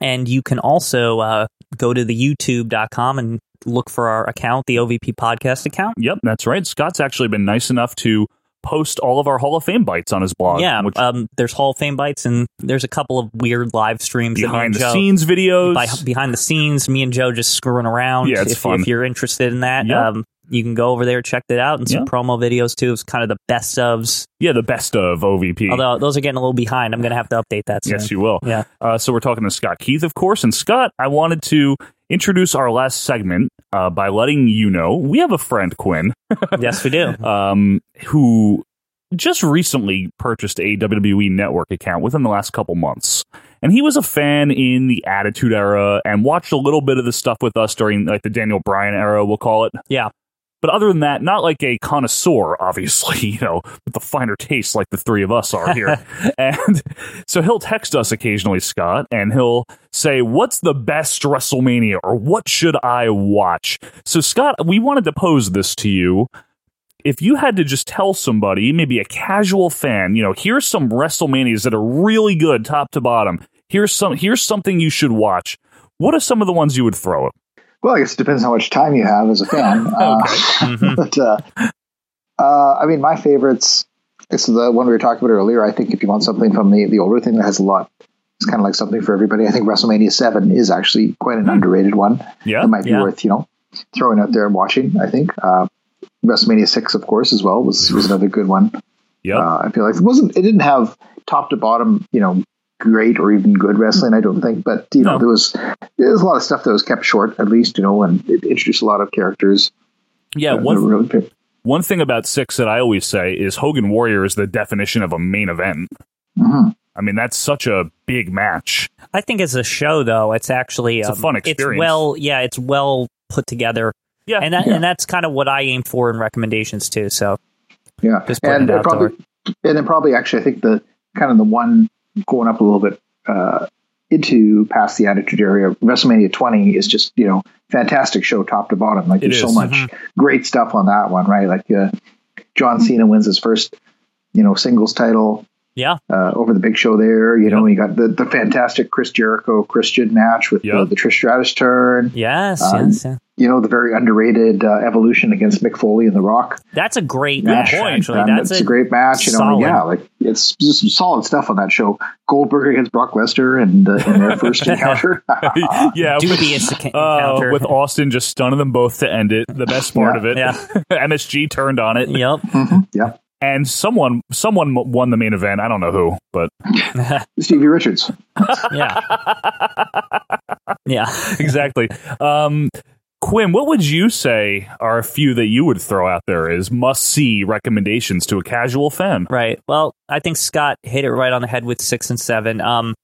S5: And you can also uh, go to the youtube.com and look for our account, the OVP podcast account.
S4: Yep, that's right. Scott's actually been nice enough to post all of our Hall of Fame bites on his blog.
S5: yeah, um, there's Hall of Fame bites, and there's a couple of weird live streams. that me
S4: Behind
S5: and
S4: the
S5: Joe-
S4: scenes videos.
S5: By, behind the scenes, me and Joe just screwing around.
S4: Yeah, it's
S5: if,
S4: fun.
S5: if you're interested in that,
S4: Yeah.
S5: um, you can go over there, check that out, and some
S4: Yeah.
S5: promo videos too. It's kind of the best ofs.
S4: Yeah, the best of OVP.
S5: Although those are getting a little behind, I'm going to have to update that. Soon.
S4: Yes, you will.
S5: Yeah.
S4: Uh, so we're talking to Scott Keith, of course. And Scott, I wanted to introduce our last segment uh, by letting you know we have a friend, Quinn.
S5: yes, we do.
S4: Um, who just recently purchased a WWE Network account within the last couple months. And he was a fan in the Attitude Era and watched a little bit of the stuff with us during like the Daniel Bryan era, we'll call it.
S5: Yeah.
S4: But other than that, not like a connoisseur, obviously, you know, with the finer taste like the three of us are here. and so he'll text us occasionally, Scott, and he'll say, What's the best WrestleMania or what should I watch? So, Scott, we wanted to pose this to you. If you had to just tell somebody, maybe a casual fan, you know, here's some WrestleManias that are really good top to bottom. Here's some here's something you should watch. What are some of the ones you would throw?
S6: Well, I guess it depends how much time you have as a fan. Uh,
S4: Mm-hmm.
S6: But uh, uh, I mean, my favorites is the one we were talking about earlier. I think if you want something from the the older thing that has a lot, it's kind of like something for everybody. I think WrestleMania Seven is actually quite an underrated one.
S4: Hmm. Yeah,
S6: that might be
S4: yeah.
S6: worth you know throwing out there and watching. I think uh, WrestleMania Six, of course, as well was was another good one.
S4: Yeah,
S6: uh, I feel like it wasn't. It didn't have top to bottom, you know, great or even good wrestling. I don't think, but you know, there was there was a lot of stuff that was kept short, at least you know, and it introduced a lot of characters.
S4: Yeah,
S6: that
S4: one-
S6: were really big.
S4: One thing about six that I always say is Hogan Warrior is the definition of a main event. I mean, that's such a big match.
S5: I think as a show, though, it's actually um,
S4: It's a fun experience.
S5: It's well, yeah, it's well put together.
S4: Yeah,
S5: and that,
S6: Yeah.
S5: and that's kind of what I aim for in recommendations too. So
S6: Yeah,
S5: Just putting
S6: and
S5: it
S6: it
S5: out
S6: probably, and then probably actually, I think the kind of the one going up a little bit uh, into past the Attitude Era, WrestleMania 20 is just you know fantastic show top to bottom. Like
S4: It
S6: there's so
S4: is. Mm-hmm.
S6: much great stuff on that one, right? Like uh, John Cena wins his first you know singles title.
S5: yeah,
S6: uh, over the big show there. You know, you got the, the fantastic Chris Jericho Christian match with the, the Trish Stratus turn.
S5: yes,
S6: Um,
S5: yes, yeah.
S6: You know, the very underrated uh, evolution against Mick Foley and The Rock.
S5: That's a great
S6: Yeah,
S5: match.
S6: sure.
S5: Actually,
S6: Um,
S5: that's
S6: it's a, great match. You know,
S5: solid.
S6: yeah, like it's just some solid stuff on that show. Goldberg against Brock Lesnar and, uh, in their first encounter.
S4: yeah,
S5: dubious
S4: with, uh, with Austin just stunning them both to end it. The best part of it, MSG turned on it.
S5: Yep,
S6: yeah.
S4: And someone, someone won the main event. I don't know who, but
S6: Stevie Richards.
S5: yeah, yeah,
S4: exactly. Um, Quinn, what would you say are a few that you would throw out there as must see recommendations to a casual fan?
S5: Right. Well, I think Scott hit it right on the head with six and seven. Um,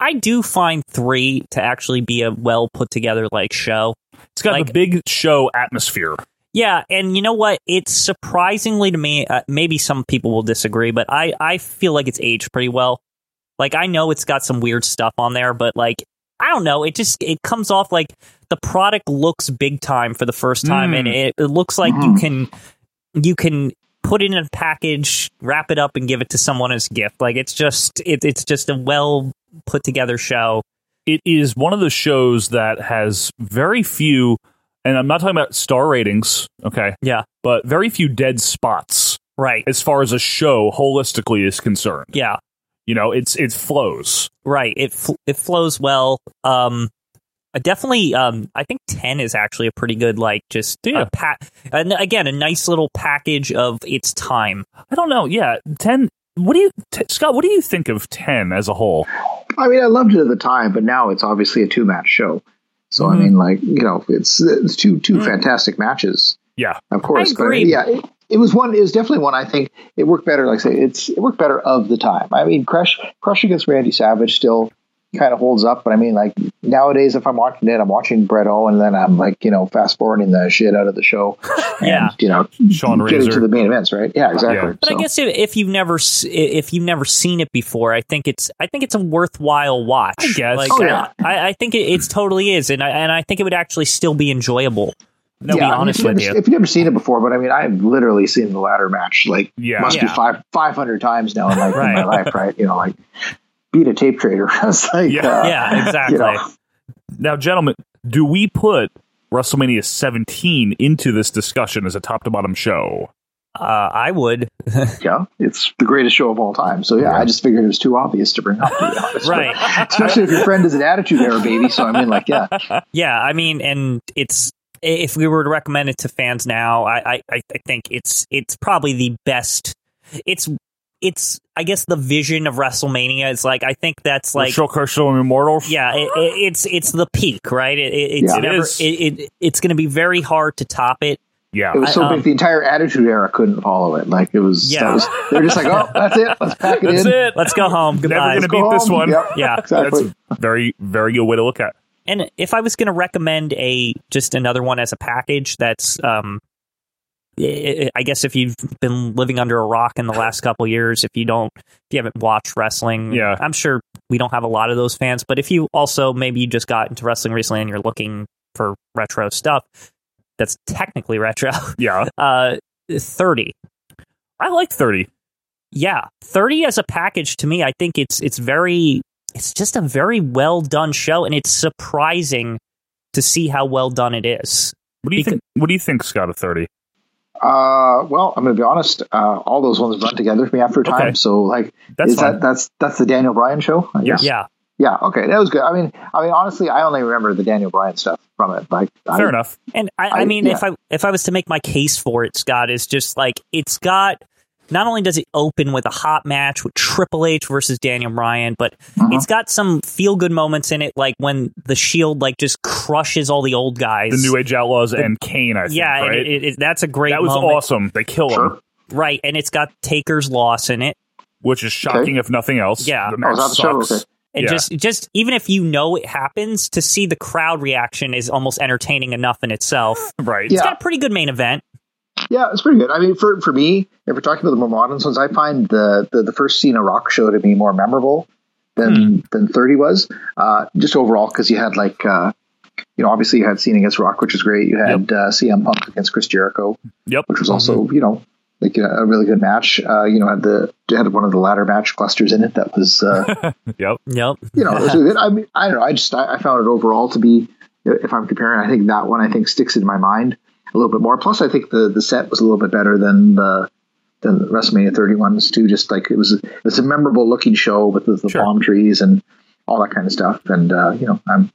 S5: I do find three to actually be a well put together like show.
S4: It's got a big show atmosphere.
S5: Yeah, and you know what? It's surprisingly to me. Uh, maybe some people will disagree, but I I feel like it's aged pretty well. Like I know it's got some weird stuff on there, but like I don't know. It just it comes off like the product looks big time for the first time,
S4: Mm.
S5: and it, it looks like you can you can put it in a package, wrap it up, and give it to someone as a gift. Like it's just it, it's just a well put together show.
S4: it is one of the shows that has very few and I'm not talking about star ratings, okay?
S5: Yeah.
S4: But very few dead spots.
S5: Right.
S4: As far as a show holistically is concerned.
S5: Yeah.
S4: You know, it's it flows.
S5: Right. It fl- it flows well. Um uh, definitely um I think 10 is actually a pretty good like just
S4: Yeah.
S5: a pa- and again a nice little package of its time.
S4: I don't know. Yeah, 10 What do you t- Scott, what do you think of 10 as a whole?
S6: I mean, I loved it at the time, but now it's obviously a two match show. So
S5: Mm-hmm.
S6: I mean, like you know, it's, it's two
S5: Mm.
S6: two fantastic matches.
S4: Yeah.
S6: of course.
S5: I agree.
S6: But yeah, it, it was one. It was definitely one. I think it worked better. Like I say, it's it worked better of the time. I mean, Crush Crush against Randy Savage still kind of holds up. But I mean, like nowadays, if I'm watching it, I'm watching Bret Hall, and then I'm like, you know, fast forwarding the shit out of the show.
S5: Yeah.
S6: you know,
S4: Sean
S6: getting
S4: Razor.
S6: to the main events, right? Yeah, exactly.
S5: But
S6: So-
S5: I guess if, if you've never s- if you've never seen it before, I think it's I think it's a worthwhile watch. I
S4: guess.
S5: Like,
S6: Oh, yeah.
S5: I, I think it it's totally is, and I and I think it would actually still be enjoyable. To be
S6: I mean,
S5: honest
S6: if
S5: with
S6: never-
S5: you,
S6: If you've never seen it before, but I mean, I've literally seen the ladder match like
S4: Yeah.
S6: must be
S5: Yeah.
S6: five five hundred times now in, like, in my
S5: Right.
S6: life, right? You know, like beat a tape trader. it's like
S4: Yeah.
S6: uh,
S5: yeah, exactly.
S6: You know,
S4: Now, gentlemen, do we put WrestleMania 17 into this discussion as a top to bottom show?
S5: uh, I would.
S6: yeah, it's the greatest show of all time. So yeah, I just figured it was too obvious to bring up. To be honest.
S5: Right.
S6: Especially if your friend is an attitude error baby. So I mean, like, yeah,
S5: Yeah, I mean, and it's if we were to recommend it to fans now, I I, I I think it's it's probably the best. It's it's I guess the vision of WrestleMania is like I think that's like
S4: Show Kershaw and Immortals?
S5: yeah, it, it, it's it's the peak, right? It, it, it's
S6: Yeah. It
S5: never
S4: is.
S5: It, it it's going to be very hard to top it.
S4: Yeah.
S6: it was so
S5: I, um,
S6: big the entire attitude era couldn't follow it. Like it was,
S5: Yeah.
S6: that was they're just like, oh, that's it. Let's pack it
S4: That's
S6: in.
S4: it.
S5: Let's go home.
S4: Never
S5: Goodbye.
S4: gonna
S6: Go
S4: beat this
S6: home.
S4: one.
S6: Yep.
S5: Yeah.
S6: exactly.
S4: That's a very, very good way to look at it.
S5: And if I was going to recommend a just another one as a package, that's um, I I guess if you've been living under a rock in the last couple years, if you don't, if you haven't watched wrestling,
S4: Yeah.
S5: I'm sure we don't have a lot of those fans. But if you also maybe you just got into wrestling recently and you're looking for retro stuff, that's technically retro.
S4: Yeah.
S5: Uh, thirty.
S4: I like 30.
S5: yeah 30 as a package to me i think it's it's very it's just a very well done show and it's surprising to see how well done it is
S4: What do you
S5: Because-
S4: think? What do you think, Scott? Of 30?
S6: Uh, well, I'm gonna be honest. Uh, all those ones run together for me after a time.
S4: Okay.
S6: So like,
S4: That's
S6: is
S4: fine.
S6: that that's that's the Daniel Bryan show? I guess?
S5: yeah
S6: yeah. Okay, that was good. I mean, I mean, honestly, I only remember the Daniel Bryan stuff from it. Like,
S4: Fair
S6: I,
S4: enough.
S5: and i, I,
S6: I-
S5: mean if i if i was to make my case for it scott is just like it's got not only does it open with a hot match with Triple H versus Daniel Bryan, but it's got some feel good moments in it, like when the Shield like just crushes all the old guys.
S4: The New Age Outlaws and Kane, I think.
S5: yeah, and
S4: right?
S5: it, it, it- that's a great.
S4: that was
S5: moment.
S4: awesome. They kill him,
S6: Sure.
S5: right? And it's got Taker's loss in it.
S4: which is shocking if nothing else.
S5: Yeah.
S4: The
S6: Oh,
S4: match
S6: is that the show?
S4: sucks.
S6: Okay.
S5: And
S4: Yeah.
S5: just just even if you know it happens, to see the crowd reaction is almost entertaining enough in itself.
S4: Right.
S5: It's
S6: Yeah.
S5: got a pretty good main event.
S6: Yeah, it's pretty good. I mean, for for me, if we're talking about the more modern ones, I find the the, the first Cena Rock show to be more memorable than than thirty was. Uh, just overall, because you had like. Uh, you know, obviously, you had Cena against Rock, which was great. You had uh, CM Punk against Chris Jericho,
S4: Yep.
S6: which was also you know like a, a really good match. Uh, you know had the had one of the ladder match clusters in it that was uh,
S4: Yep.
S5: Yep.
S6: you know it was really good. I mean I don't know I just I, I found it overall to be if I'm comparing I think that one I think sticks in my mind a little bit more. Plus I think the the set was a little bit better than the than the WrestleMania 31s too. Just like it was it was a memorable looking show with the, the
S4: Sure.
S6: palm trees and all that kind of stuff. And uh, you know I'm.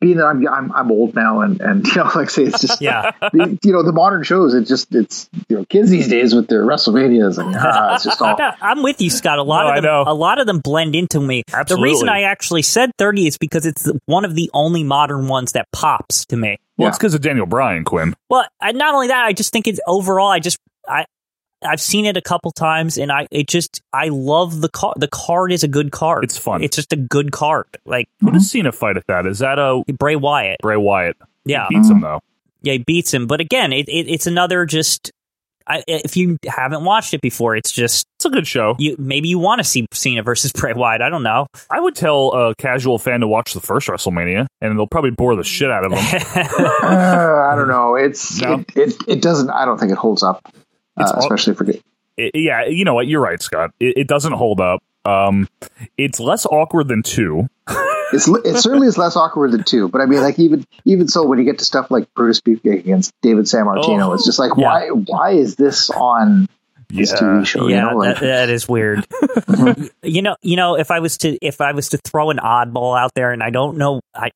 S6: Being that I'm, I'm I'm old now, and and you know, like I say, it's just
S5: Yeah.
S6: the, you know the modern shows it just it's you know kids these days with their WrestleManias and ah, it's just all
S5: Yeah, I'm with you, Scott. A lot
S4: No, I
S5: of them,
S4: know.
S5: a lot of them blend into me.
S4: Absolutely.
S5: The reason I actually said 30 is because it's one of the only modern ones that pops to me.
S4: Well, it's because of Daniel Bryan, Quinn.
S5: Well, I, not only that, I just think it's overall. I just I I've seen it a couple times, and I it just I love the card. The card is a good card.
S4: It's fun.
S5: It's just a good card. Like
S4: Who
S6: Mm-hmm.
S4: does Cena fight at that? Is that a
S5: Bray Wyatt.
S4: Bray Wyatt?
S5: Yeah.
S4: He beats him though.
S5: yeah, he beats him. But again, it, it, it's another just. I, if you haven't watched it before, it's just
S4: It's a good show.
S5: you. Maybe you want to see Cena versus Bray Wyatt. I don't know.
S4: I would tell a casual fan to watch the first WrestleMania, and they'll probably bore the shit out of them.
S6: uh, I don't know it's
S4: No.
S6: it, it it doesn't I don't think it holds up uh,
S4: It's all-
S6: especially for
S4: It- yeah, you know what? You're right, Scott. It, it doesn't hold up. Um, it's less awkward than two.
S6: It's it certainly is less awkward than two, but I mean, like even even so, when you get to stuff like Brutus Beefcake against David San Martino,
S5: Oh.
S6: it's just like
S5: Yeah.
S6: why why is this on this TV
S4: Oh,
S6: show?
S5: yeah,
S6: you know? like,
S5: that- that is weird. you know, you know, if I was to if I was to throw an oddball out there, and I don't know, I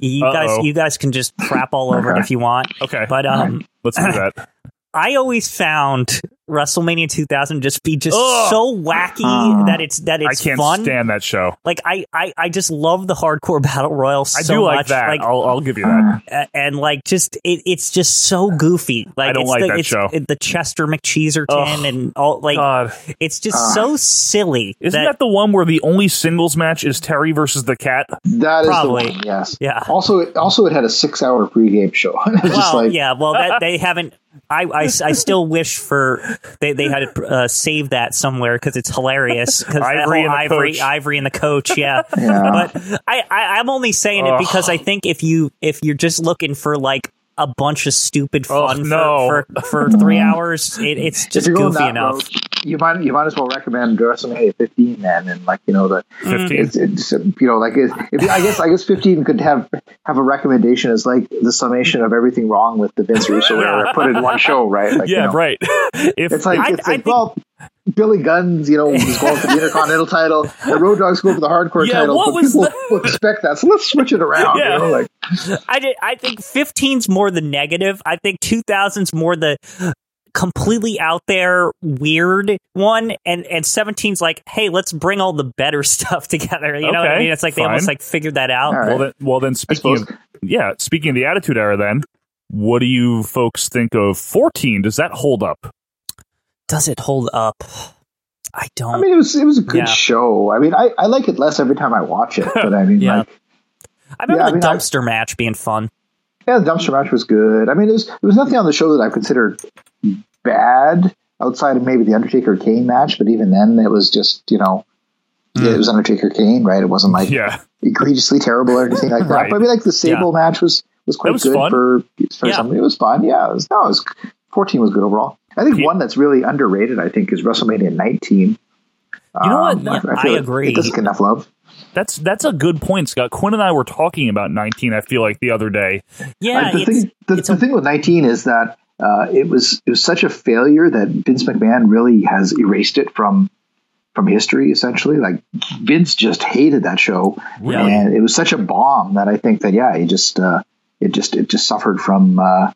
S5: you
S4: Uh-oh.
S5: guys you guys can just crap all over it if you want.
S4: Okay,
S5: but um,
S4: let's do that.
S5: I always found WrestleMania 2000 just be just
S4: Ugh.
S5: so wacky
S4: Uh,
S5: that it's that it's
S4: I can't
S5: fun.
S4: stand that show.
S5: like I, I, I just love the hardcore battle royal so
S4: I do like
S5: much.
S4: that.
S5: Like
S4: I'll, I'll give you that.
S5: a- and like just it, it's just so goofy. Like
S4: don't
S5: it's
S4: like
S5: the,
S4: that
S5: it's
S4: show.
S5: it- the Chester McCheeserton
S4: Ugh.
S5: and all like it's just
S4: Ugh.
S5: so silly.
S4: Isn't that, the one where the only singles match is Terry versus the cat?
S6: that is
S5: probably.
S6: the one. Yes.
S5: Yeah.
S6: Also, it, also it had a six hour pregame show. It's
S5: well,
S6: just like
S5: yeah. Well, that they haven't. I, I, I still wish for they they had uh, saved that somewhere because it's hilarious. 'Cause that
S4: Ivory
S5: whole
S4: and the
S5: Ivory,
S4: coach.
S5: Ivory and the coach. Yeah,
S6: Yeah.
S5: but I, I I'm only saying it
S4: Ugh.
S5: because I think if you if you're just looking for like a bunch of stupid fun for-
S4: no.
S5: for, for three hours, it, it's
S6: If
S5: just
S6: you're going
S5: goofy
S6: that
S5: enough.
S6: route, you might you might as well recommend WrestleMania 15 then, and like you know the
S4: 15?
S6: It's, it's, you know like it, if, I guess I guess 15 could have have a recommendation as like the summation of everything wrong with the Vince Russo era put in one show, right? Like, you
S4: yeah,
S6: know,
S4: right. if
S6: It's like,
S5: I-
S6: it's
S5: I
S6: like well, Billy Gunn's you know was going for the Intercontinental title, the Road Dogs go for the Hardcore
S4: Yeah,
S6: title,
S4: what
S6: but
S4: was
S6: people
S4: that?
S6: will expect that, so let's switch it around.
S4: Yeah.
S6: You know, like
S5: I did, I think 15's more the negative. I think 2000's more the completely out there weird one and and 17's like hey let's bring all the better stuff together you know what i
S4: Okay,
S5: mean it's like they almost
S4: fine.
S5: like figured that out
S6: All right.
S4: well, then, well, then speaking of
S6: suppose.
S4: yeah, speaking of the Attitude Era, then what do you folks think of fourteen? Does that hold up?
S5: does it hold up i don't
S6: I mean, it was it was a good
S5: Yeah.
S6: show. I mean, I, I like it less every time I watch it, but I mean,
S5: Yeah.
S6: like.
S5: I remember
S6: yeah, I
S5: the
S6: mean, I-
S5: dumpster match being fun
S6: Yeah, the dumpster match was good. I mean, there was, there was nothing on the show that I considered bad outside of maybe the Undertaker Kane match, but even then, it was just, you know, it was Undertaker Kane, right? It wasn't like
S4: Mm. Yeah,
S6: egregiously terrible or anything like that.
S4: Right.
S6: But I mean, like the Sable match was, was quite
S4: That was
S6: good
S4: fun.
S6: for, for
S5: Yeah.
S6: something. It was fun. Yeah, it was, no, it was, 14 was good overall. I think
S4: Yeah.
S6: one that's really underrated, I think, is WrestleMania 19.
S5: You
S6: Ah,
S5: know what? I
S6: feel
S5: agree.
S6: It doesn't get enough love.
S4: that's that's a good point, Scott. Quinn and I were talking about nineteen. I feel like the other day.
S5: yeah
S6: Like, the
S5: it's-
S6: thing, the, the thing with 19 is that uh, it was it was such a failure that Vince McMahon really has erased it from from history essentially like Vince just hated that show
S4: Really?
S6: and it was such a bomb that I think that yeah it just uh, it just it just suffered from uh,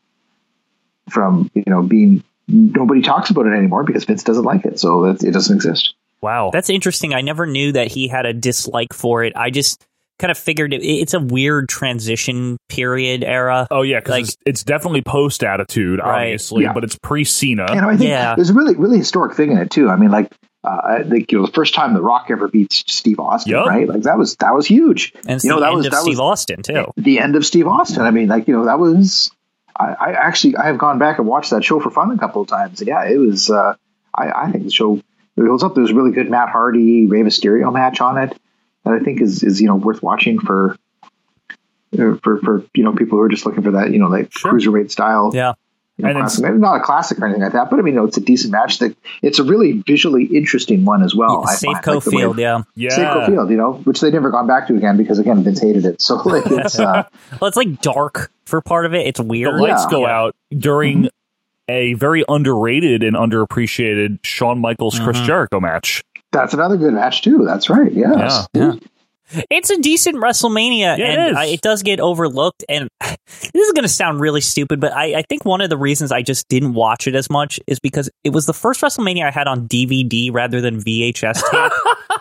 S6: from you know being nobody talks about it anymore because Vince doesn't like it so it, it doesn't exist
S4: Wow.
S5: That's interesting. I never knew that he had a dislike for it. I just kind of figured it, it's a weird transition period era.
S4: oh yeah, because
S5: like-
S4: it's, it's definitely post Attitude,
S5: Right.
S4: obviously,
S6: Yeah.
S4: but it's pre
S6: And
S4: Cena.
S6: I think
S5: Uh, Yeah.
S6: there's a really, really historic thing in it too. I mean, like, uh, I think you know, the first time The Rock ever beats Steve Austin,
S4: Yup.
S6: right? Like that was that was huge.
S5: And it's
S6: you know,
S5: the
S6: that
S5: end
S6: was
S5: of
S6: that
S5: Steve
S6: was
S5: Austin too.
S6: the end of Steve Austin. I mean, like you know, that was. I, I actually I have gone back and watched that show for fun a couple of times. Yeah, it was. Uh, I, I think the show it holds up. There's a really good Matt Hardy Rey Mysterio match on it that I think is is you know worth watching for. For, for you know people who are just looking for that you know like cruiserweight style
S5: Yeah.
S6: you know,
S4: And it's-
S6: classic. Maybe not a classic or anything like that, but I mean, no, it's a decent match. That it's a really visually interesting one as well. Oh, I find,
S5: Safeco
S6: like the way-
S5: Field, yeah.
S6: Safeco
S4: Yeah.
S6: Field, you know, which they never gone back to again because again Vince hated it. So like it's uh,
S5: Well, it's like dark for part of it. It's
S4: The
S5: weird.
S4: lights
S6: Yeah. Mm-hmm.
S4: go out during a very underrated and underappreciated Shawn Michaels Chris
S5: Mm-hmm.
S4: Jericho match.
S6: that's another good match too. That's right. Yes.
S4: Yeah.
S5: It's a decent WrestleMania,
S4: Yeah, it
S5: and
S4: is.
S5: I, it does get overlooked. And this is going to sound really stupid, but I, I think one of the reasons I just didn't watch it as much is because it was the first WrestleMania I had on DVD rather than VHS tape.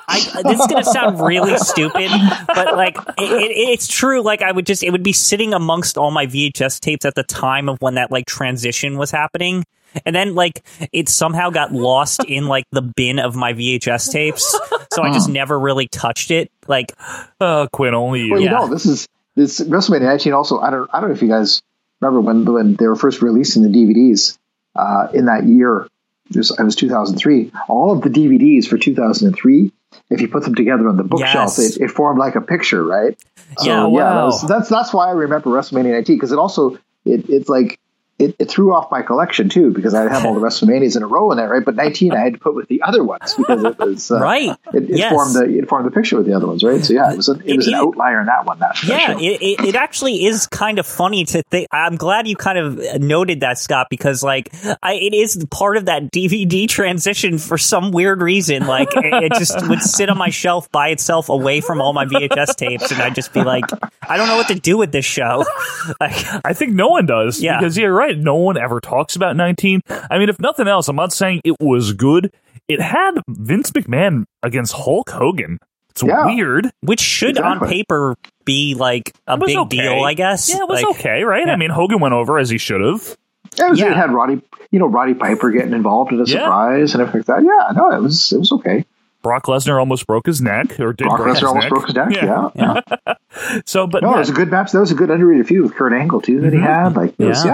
S5: I, this is going to sound really stupid, but like it, it, it's true. Like I would just it would be sitting amongst all my VHS tapes at the time of when that like transition was happening. And then like it somehow got lost in like the bin of my VHS tapes, so I just never really touched it. Like
S4: Hmm. Uh, Quinn, only you.
S6: Well, you
S5: Yeah.
S6: know, this is this WrestleMania 19. Also, I don't I don't know if you guys remember when when they were first releasing the DVDs uh, in that year. This it was 2003. All of the DVDs for 2003. If you put them together on the bookshelf,
S5: Yes.
S6: it, it formed like a picture, right?
S5: Yeah,
S6: yeah, that
S4: wow.
S6: was, that's that's why I remember WrestleMania 19 because it also it, it's like it, it threw off my collection too because I have all the WrestleManias in a row in there, right? But 19 I had to put with the other ones because it was uh,
S5: Right.
S6: It, it
S5: Yes.
S6: formed the it formed the picture with the other ones, right? So yeah, it was a, it was an outlier in that one. That for
S5: Yeah,
S6: sure.
S5: it, it, it actually is kind of funny to think. I'm glad you kind of noted that, Scott, because like I, it is part of that DVD transition for some weird reason. Like it, it just would sit on my shelf by itself, away from all my VHS tapes, and I'd just be like, I don't know what to do with this show.
S4: I think no one does.
S5: Yeah.
S4: Because you're right. No one ever talks about 19. I mean, if nothing else, I'm not saying it was good. It had Vince McMahon against Hulk Hogan. It's
S5: Yeah.
S4: weird.
S5: Which should on paper be like a
S4: It was
S5: big
S4: okay.
S5: deal, I guess.
S4: Yeah, it was
S5: Like-
S4: okay, right? I mean, Hogan went over as he should have.
S6: Yeah, it, was, it had Roddy, you know, Roddy Piper getting involved in a
S4: Yeah.
S6: surprise and everything like that. Yeah, no, it was it was okay.
S4: Brock Lesnar almost broke his neck, or did
S6: Brock
S4: break his
S6: Lesnar almost
S4: neck.
S6: broke his neck. Yeah,
S4: so, but
S6: no,
S4: yeah.
S6: it was a good match. That was a good underrated feud with Kurt Angle too that he had. Like, it was,
S4: Yeah.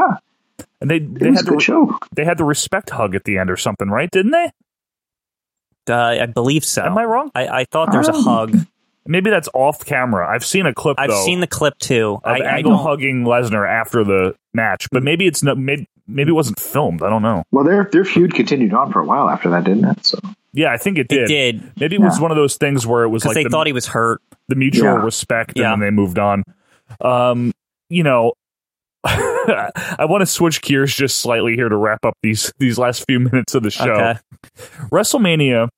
S6: yeah,
S4: And they they
S6: was
S4: had
S6: a good
S4: the
S6: show.
S4: They had the respect hug at the end or something, right? Didn't they?
S5: Uh, I believe so.
S4: Am I wrong?
S5: I, I thought there's a hug.
S4: Maybe that's off camera. I've seen a clip.
S5: I've
S4: though,
S5: seen the clip too.
S4: of
S5: I, I
S4: Angle
S5: don't.
S4: hugging Lesnar after the match, but maybe it's not. Maybe, maybe it wasn't filmed. I don't know.
S6: Well, their their feud continued on for a while after that, didn't it? So
S4: Yeah, I think it did.
S5: It did.
S4: Maybe it was
S5: Yeah.
S4: one of those things where it was
S5: 'Cause
S4: like
S5: they thought he was hurt.
S4: The mutual
S5: Yeah.
S4: respect,
S5: Yeah.
S4: and then they moved on. Um, you know, I want to switch gears just slightly here to wrap up these these last few minutes of the show.
S5: Okay.
S4: WrestleMania,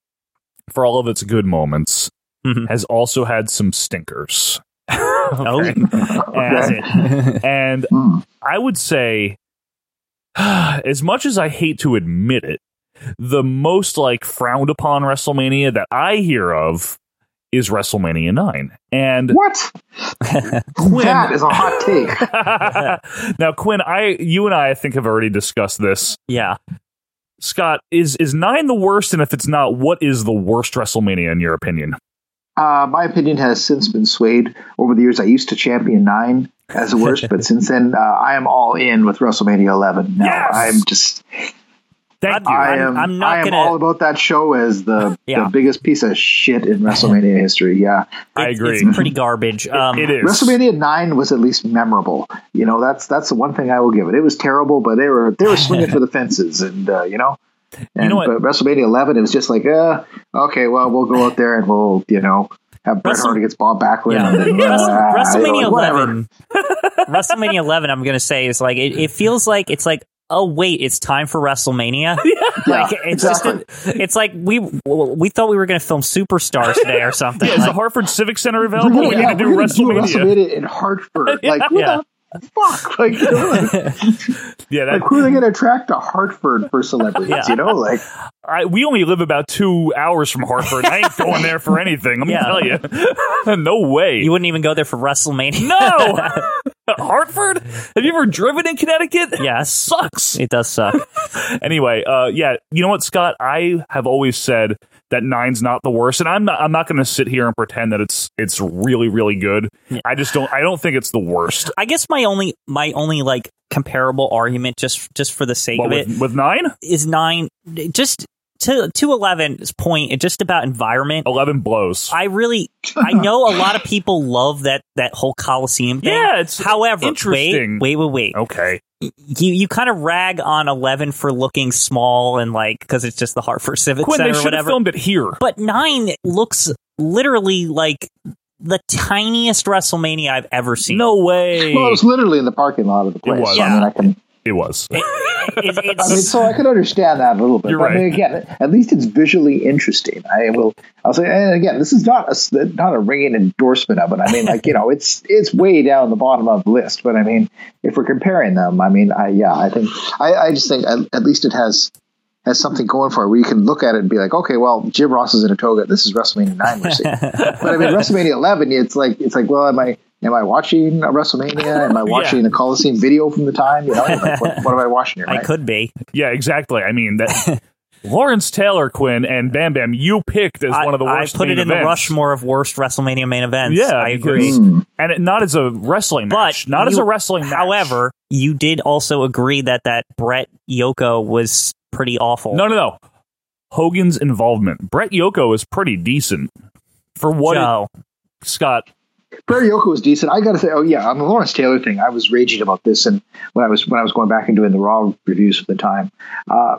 S4: for all of its good moments,
S5: Mm-hmm.
S4: has also had some stinkers. okay.
S5: Oh,
S4: And, and I would say, as much as I hate to admit it, the most like frowned upon WrestleMania that I hear of is WrestleMania 9. And
S6: what? that is a hot take.
S4: now, Quinn, I you and I, I think have already discussed this.
S5: Yeah.
S4: Scott, is is nine the worst? And if it's not, what is the worst WrestleMania in your opinion?
S6: Uh, my opinion has since been swayed over the years. I used to champion nine as the worst, but since then, uh, I am all in with WrestleMania 11. Now I'm just.
S4: Thank
S5: you.
S6: I
S5: I'm-
S6: am.
S5: I'm not
S6: I am
S5: gonna-
S6: all about that show as the,
S5: Yeah.
S6: the biggest piece of shit in WrestleMania history. Yeah,
S4: I agree.
S5: It's pretty garbage. Um,
S6: WrestleMania nine was at least memorable. You know, that's that's the one thing I will give it. It was terrible, but they were they were swinging for the fences, and uh, you know, and
S4: know what?
S6: but WrestleMania eleven, it was just like, uh, okay, well, we'll go out there and we'll you know have Bret
S5: Wrestle-
S6: Hart against Bob Backlund.
S5: Yeah.
S6: and, uh,
S5: Wrestle-
S6: you
S5: WrestleMania
S6: know, whatever.
S5: 11. WrestleMania 11, I'm going to say, is like, it, it feels like it's like, oh, wait, it's time for WrestleMania. like, it's just, a- it's like we we thought we were going to film Superstars today or something.
S4: Yeah, is the
S5: Like,
S4: Hartford Civic Center
S6: We're
S4: available?
S6: gonna-
S4: We
S6: yeah,
S4: need to do
S6: we're gonna
S4: WrestleMania.
S6: in Hartford. Like, what
S4: Yeah.
S6: the fuck? Like, you know, like,
S4: Yeah, that,
S6: like, who are they going to attract to Hartford for celebrities? You know, like,
S4: I, we only live about two hours from Hartford. I ain't going there for anything. I'm
S5: Yeah.
S4: gonna tell you, no way.
S5: you wouldn't even go there for WrestleMania.
S4: no, Hartford. Have you ever driven in Connecticut?
S5: Yes.
S4: Sucks.
S5: It does suck.
S4: anyway, uh, yeah, you know what, Scott? I have always said that nine's not the worst, and I'm not. I'm not going to sit here and pretend that it's it's really really good. I just don't. I don't think it's the worst.
S5: I guess my only, my only like comparable argument, just, just for the sake
S4: What,
S5: of it,
S4: with, with nine,
S5: is nine just to to 11's point it's just about environment
S4: 11 blows
S5: i really i know a lot of people love that that whole coliseum thing
S4: Yeah, it's
S5: however
S4: interesting. Oh.
S5: wait wait wait wait
S4: okay
S5: you you kind of rag on 11 for looking small and like because it's just the hartford civic
S4: Quinn,
S5: center
S4: they
S5: or
S4: should have
S5: whatever
S4: filmed it here.
S5: but nine looks literally like the tiniest wrestlemania i've ever seen
S4: No way.
S6: well, it was literally in the parking lot of the place.
S4: was.
S6: So, I mean, I can.
S4: It was.
S5: It-
S6: I mean,
S5: it's
S6: so I can understand that a little bit.
S4: You're
S6: but I mean,
S4: right.
S6: again, at least it's visually interesting. I will. I'll say, and again, this is not a not a ringing endorsement of it. I mean, like you know, it's it's way down the bottom of the list. But I mean, if we're comparing them, I mean, I yeah, I think I, I just think at, at least it has has something going for it where you can look at it and be like, okay, well, Jim Ross is in a toga. This is WrestleMania nine we're seeing. but I mean, WrestleMania eleven, it's like it's like, well, am I am I watching a WrestleMania? Am I watching a Coliseum video from the time? You know, like, what, what am I watching here?
S5: i
S6: right?
S5: could be
S4: Yeah, exactly. I mean that. Lawrence Taylor Quinn and Bam Bam, you picked as
S5: I,
S4: one of the
S5: I
S4: worst.
S5: put it
S4: main
S5: in the
S4: events.
S5: rushmore of worst wrestlemania main events
S4: Yeah,
S5: i
S4: because-
S5: agree
S4: and it, not as a wrestling match, not as
S5: you-
S4: a wrestling match.
S5: However, you did also agree that that Brett Yoko was pretty awful.
S4: No, no, no. Hogan's involvement. Brett Yoko is pretty decent for what it-
S5: Joe,
S4: Scott.
S6: Prairie Yoku was decent. I got to say, oh yeah, on the Lawrence Taylor thing, I was raging about this, and when I was when I was going back and doing the raw reviews for the time, uh,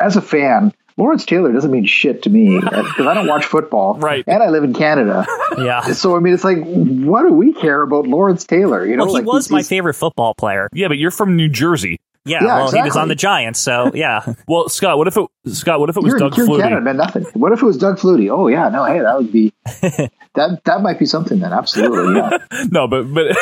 S6: as a fan, Lawrence Taylor doesn't mean shit to me because I don't watch football, right? And I live in Canada,
S5: yeah.
S6: so I mean, it's like, what do we care about Lawrence Taylor? You know,
S5: well, Oh, he
S6: like,
S5: was
S6: he's-
S5: my
S6: he's-
S5: favorite football player.
S4: Yeah, but you're from New Jersey.
S5: Yeah, well, he was on the Giants, so yeah.
S4: well, Scott, what if it Scott? What if it was
S6: you're,
S4: Doug
S6: you're in
S4: Flutie?
S6: Canada, man. Nothing. What if it was Doug Flutie? Oh yeah, no, hey, that would be that. That might be something then. Absolutely, yeah.
S4: no, but but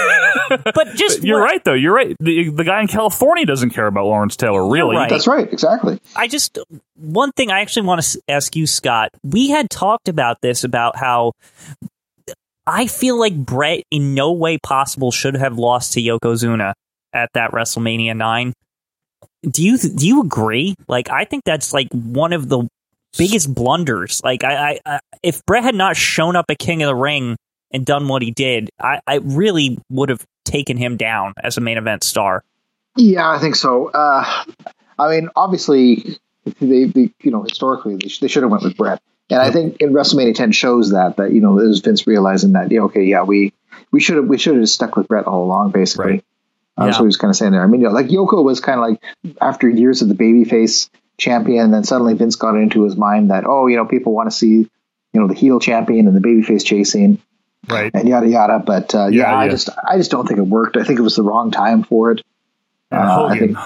S5: but just
S4: you're right though. You're right. The, the guy in California doesn't care about Lawrence Taylor, really.
S5: right. That's
S6: right. Exactly.
S5: I just one thing I actually want to ask you, Scott. We had talked about this about how I feel like Brett in no way possible should have lost to Yokozuna at that WrestleMania nine. Do you do you agree? Like, I think that's like one of the biggest blunders. Like, I, I, I if Brett had not shown up at King of the Ring and done what he did, I, I really would have taken him down as a main event star.
S6: Yeah, I think so. Uh, I mean, obviously, they, they you know historically they, sh- they should have went with Brett, and I think in WrestleMania 10 shows that that you know it was Vince realizing that yeah, okay, yeah, we we should have we should have stuck with Brett all along, basically. Um,
S15: Yeah.
S6: So he was kind of saying there. I mean, you know, like Yoko was kind of like after years of the babyface champion, then suddenly Vince got it into his mind that oh, you know, people want to see you know the heel champion and the babyface chasing
S4: right
S6: and yada yada. But uh, yeah,
S4: Yeah,
S6: I
S4: yeah.
S6: just I just don't think it worked. I think it was the wrong time for it.
S4: And
S6: Uh, I
S4: Hogan.
S6: think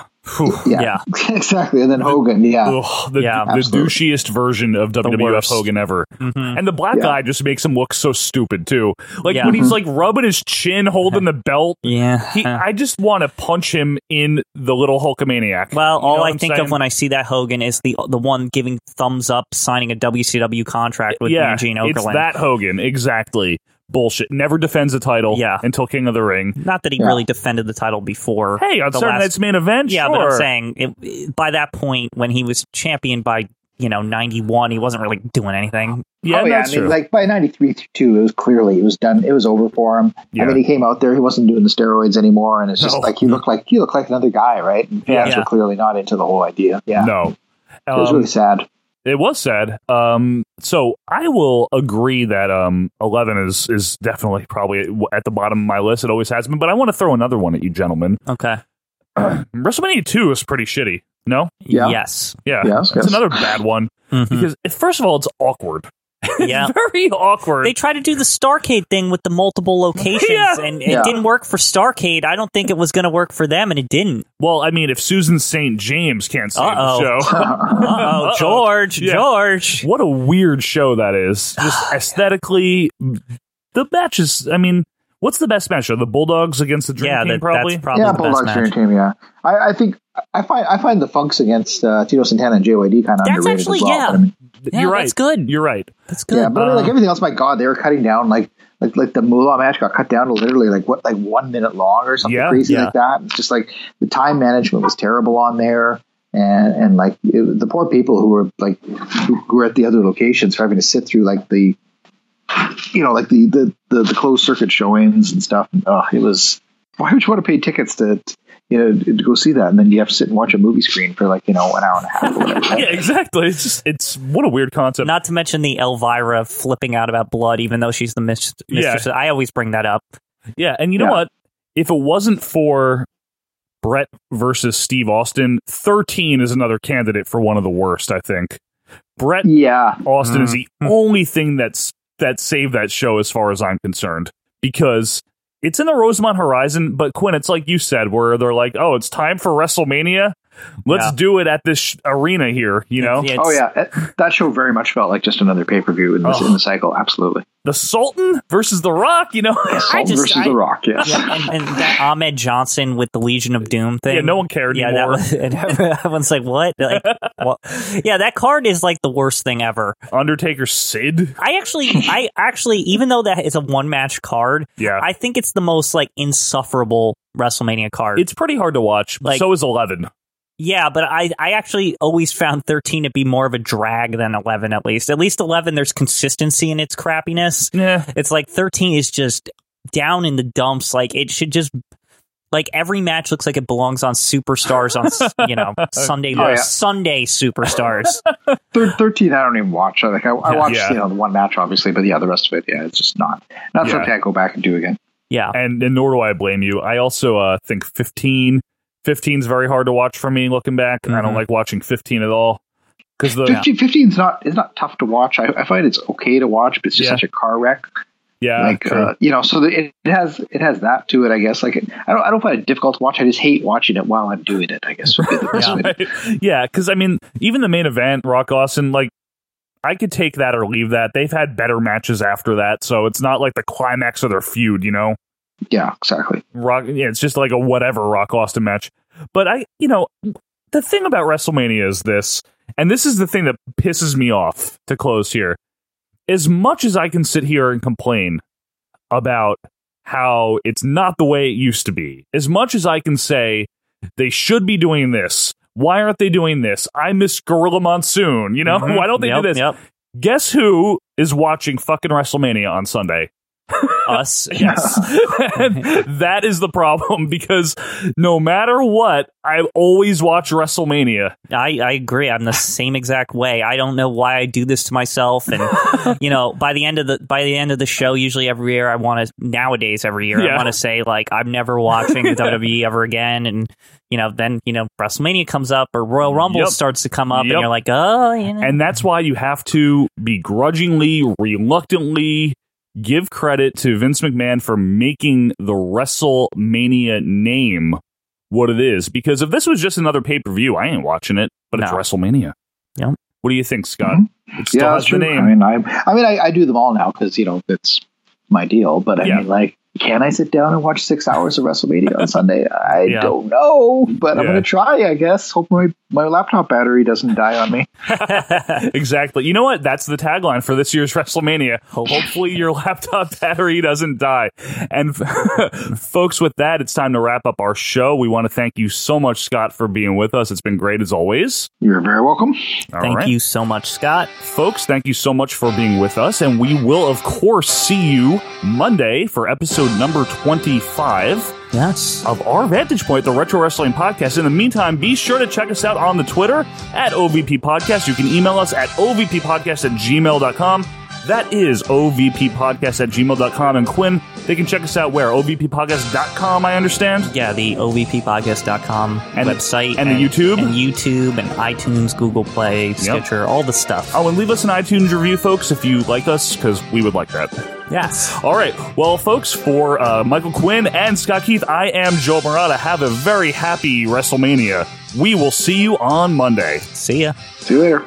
S6: yeah, exactly. And then Hogan, yeah,
S4: Ugh, the, the
S6: Absolutely.
S4: douchiest version of WWF
S6: worst.
S4: Hogan ever. And the black
S6: Yeah.
S4: guy just makes him look so stupid too. Like
S5: Yeah.
S4: when he's
S5: Mhm.
S4: like rubbing his chin, holding the belt.
S5: Yeah.
S4: he, I just want to punch him in the little Hulkamaniac.
S5: Well,
S4: You know
S5: all
S4: what
S5: I
S4: I'm
S5: think
S4: saying?
S5: of when I see that Hogan is the the one giving thumbs up, signing a WCW contract with
S4: yeah,
S5: Eugene Okerlund.
S4: it's that Hogan exactly. Bullshit. Never defends the title.
S5: Yeah.
S4: until King of the Ring.
S5: Not that he
S4: Yeah.
S5: really defended the title before.
S4: Hey, on
S5: the
S4: Saturday night's main event,
S5: Yeah, but I'm
S4: sure.
S5: saying it, by that point when he was champion by you know 91, he wasn't really doing anything.
S6: oh, yeah. I mean, like by '93 two, it was clearly it was done. It was over for him.
S5: Yeah.
S6: I mean, he came out there. He wasn't doing the steroids anymore, and it's just
S4: No.
S6: like he looked like he looked like another guy, right? And fans
S4: Yeah.
S6: were clearly not into the whole idea. Yeah,
S4: No.
S6: it was
S4: Um,
S6: really sad.
S4: It was sad. Um, so I will agree that um, eleven is is definitely probably at the bottom of my list. It always has been, but I want to throw another one at you, gentlemen.
S5: Okay.
S4: WrestleMania two is pretty shitty. No.
S5: Yeah. Yes.
S4: Yeah.
S5: Yes,
S4: it's
S5: yes.
S4: another bad one
S5: Mm-hmm.
S4: because it, first of all, it's awkward.
S5: Yeah.
S4: Very awkward.
S5: They tried to do the Starcade thing with the multiple locations,
S4: Yeah.
S5: and it
S4: Yeah.
S5: didn't work for Starcade. I don't think it was going to work for them, and it didn't.
S4: Well, I mean, if Susan St. James can't save
S5: Uh-oh.
S4: the show,
S5: Uh-oh, George, George,
S4: what a weird show that is. Just aesthetically, the matches. I mean, what's the best match? Are the Bulldogs against the Dream
S5: Yeah,
S4: Team?
S5: that-
S4: probably,
S5: that's
S6: yeah, Bulldogs Dream Team. Yeah, I, I think I find I find the Funks against uh, Tito Santana and JYD kind of
S5: That's
S6: underrated
S5: actually
S6: as well.
S5: yeah.
S6: but I mean-
S5: Yeah,
S4: You're right.
S5: That's good.
S4: You're right.
S5: That's good.
S6: Yeah, but I mean, like
S5: Uh,
S6: everything else, my God, they were cutting down. Like like like the Moolah match got cut down to literally like what like one minute long or something
S4: Yeah,
S6: crazy
S4: yeah.
S6: like that. It's just like the time management was terrible on there. And, and like it, the poor people who were like who, who were at the other locations for having to sit through like the you know like the the the, the closed circuit showings and stuff. And, oh, it was why would you want to pay tickets to you know to go see that and then you have to sit and watch a movie screen for like you know an hour and a half or whatever.
S4: yeah, exactly. It's just it's what a weird concept.
S5: Not to mention the Elvira flipping out about blood, even though she's the mis-
S4: Yeah.
S5: mistress. I always bring that up.
S4: Yeah, and you know
S5: Yeah.
S4: what? If it wasn't for Brett versus Steve Austin, 13 is another candidate for one of the worst, I think. Brett
S6: yeah.
S4: Austin is
S5: Hmm.
S6: Mm.
S4: the only thing that's that saved that show as far as I'm concerned because it's in the Rosemont Horizon, but Quinn, it's like you said where they're like, "Oh, it's time for WrestleMania. Let's
S6: Yeah.
S4: do it at this sh- arena here," you know?
S6: oh yeah, That- that show very much felt like just another pay per view in, this
S4: Oh.
S6: in the cycle. Absolutely.
S4: The Sultan versus The Rock, you know? I
S6: Sultan
S4: just-
S6: versus
S4: I-
S6: The Rock. Yes.
S5: Yeah, and, and that Ahmed Johnson with the Legion of Doom thing.
S4: Yeah, no one cared
S5: Yeah,
S4: anymore.
S5: that was, and everyone's like, "What?" Like, well, yeah, that card is like the worst thing ever.
S4: Undertaker Sid.
S5: I actually, I actually, even though that is a one match card,
S4: yeah,
S5: I think it's the most like insufferable WrestleMania card.
S4: It's pretty hard to watch.
S5: Like-
S4: so is 11.
S5: Yeah, but I, I actually always found 13 to be more of a drag than 11, at least. At least 11, there's consistency in its crappiness.
S4: Yeah.
S5: It's like 13 is just down in the dumps. Like, it should just. Like every match looks like it belongs on superstars on s- you know Sunday
S6: Oh, yeah.
S5: Sunday superstars.
S6: Thir- Thirteen, I don't even watch. I Like I, I
S5: Yeah.
S6: watched
S5: Yeah.
S6: you know the one match, obviously, but yeah, the rest of it, yeah, it's just not not
S4: Yeah.
S6: something I go back and do again.
S5: Yeah.
S4: And, and nor do I blame you. I also uh, think 15 15 is very hard to watch for me looking back. I don't like watching 15 at all. Because the.
S6: 15 15's not it's not tough to watch. I, I find it's okay to watch, but it's just
S4: Yeah.
S6: such a car wreck.
S4: Yeah.
S6: like
S4: true.
S6: uh, you know, so the, it, it has it has that to it, I guess. Like it, I don't I don't find it difficult to watch. I just hate watching it while I'm doing it. I guess would be the best way. to-
S4: yeah, because I mean, even the main event, Rock Austin, like I could take that or leave that. They've had better matches after that, so it's not like the climax of their feud, you know.
S6: Yeah, exactly.
S4: Rock, yeah, it's just like a whatever Rock Austin match. But I, you know, the thing about WrestleMania is this, and this is the thing that pisses me off to close here. As much as I can sit here and complain about how it's not the way it used to be, as much as I can say they should be doing this, why aren't they doing this? I miss Gorilla Monsoon, you know?
S5: Mhm.
S4: Why don't they
S5: Yep,
S4: do this?
S5: yep.
S4: Guess who is watching fucking WrestleMania on Sunday?
S5: Us.
S4: yes. that is the problem because no matter what, I always watch WrestleMania.
S5: I, I agree. I'm the same exact way. I don't know why I do this to myself. And you know, by the end of the by the end of the show, usually every year I want to nowadays every year
S4: Yeah.
S5: I want to say like I'm never watching WWE E ever again. And you know, then you know WrestleMania comes up or Royal Rumble
S4: Yep.
S5: starts to come up,
S4: Yep.
S5: and you're like, oh, you know.
S6: Mm-hmm.
S4: And that's why you have to begrudgingly, reluctantly give credit to Vince McMahon for making the WrestleMania name what it is. Because if this was just another pay per view, I ain't watching it, but it's
S6: No. Mm-hmm.
S4: WrestleMania.
S5: Yep.
S4: What do you think, Scott? It still
S6: yeah,
S4: has
S6: that's
S4: the
S6: true.
S4: name.
S6: I mean, I I mean, I, I do them all now because you know it's my deal. But I
S4: Yeah.
S6: mean, like, can I sit down and watch six hours of WrestleMania on Sunday? I
S4: Yeah.
S6: don't know, but I'm
S4: Yeah.
S6: gonna try. I guess. Hope my my laptop battery doesn't die on me.
S4: exactly. You know what? That's the tagline for this year's WrestleMania.
S5: Oh.
S4: Hopefully, your laptop battery doesn't die. And, folks, with that, it's time to wrap up our show. We want to thank you so much, Scott, for being with us. It's been great as always.
S6: You're very welcome.
S5: Thank you so much, Scott.
S4: Folks, thank you so much for being with us. And we will, of course, see you Monday for episode number 25
S5: yes.
S4: of our Vantage Point, the Retro Wrestling Podcast. In the meantime, be sure to check us out on the Twitter at OVP Podcast. You can email us at OVPpodcast at gmail.com. That is OVP Podcast at gmail.com. And Quinn, they can check us out where? OVPpodcast.com, I understand.
S5: Yeah, the ovppodcast.com
S4: And-
S5: website
S4: and the YouTube?
S5: and YouTube and iTunes, Google Play, Stitcher, all the stuff.
S4: Oh, and leave us an iTunes review, folks, if you like us, because we would like that.
S5: Yes.
S4: All right. Well, folks, for uh, Michael Quinn and Scott Keith, I am Joe Morata. Have a very happy WrestleMania. We will see you on Monday.
S5: See ya.
S6: See you later.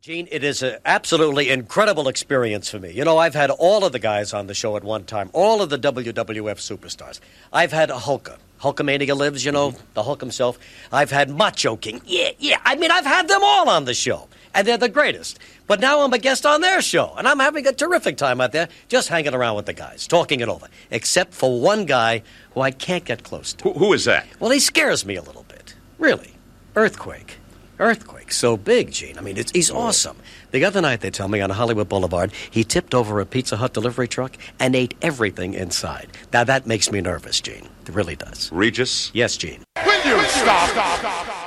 S15: Gene, it is an absolutely incredible experience for me. You know, I've had all of the guys on the show at one time, all of the WWF superstars. I've had Hulka. Hulkamania lives, you know, the Hulk himself. I've had Macho King. Yeah, yeah. I mean, I've had them all on the show, and they're the greatest. But now I'm a guest on their show, and I'm having a terrific time out there just hanging around with the guys, talking it over, except for one guy who I can't get close to.
S16: who is that?
S15: Well, he scares me a little bit. Really. Earthquake. Earthquake. So big, Gene. I mean, it's, he's awesome. The other night, they tell me, on Hollywood Boulevard, he tipped over a Pizza Hut delivery truck and ate everything inside. Now, that makes me nervous, Gene. It really does.
S16: Regis?
S15: Yes, Gene.
S2: Will you stop?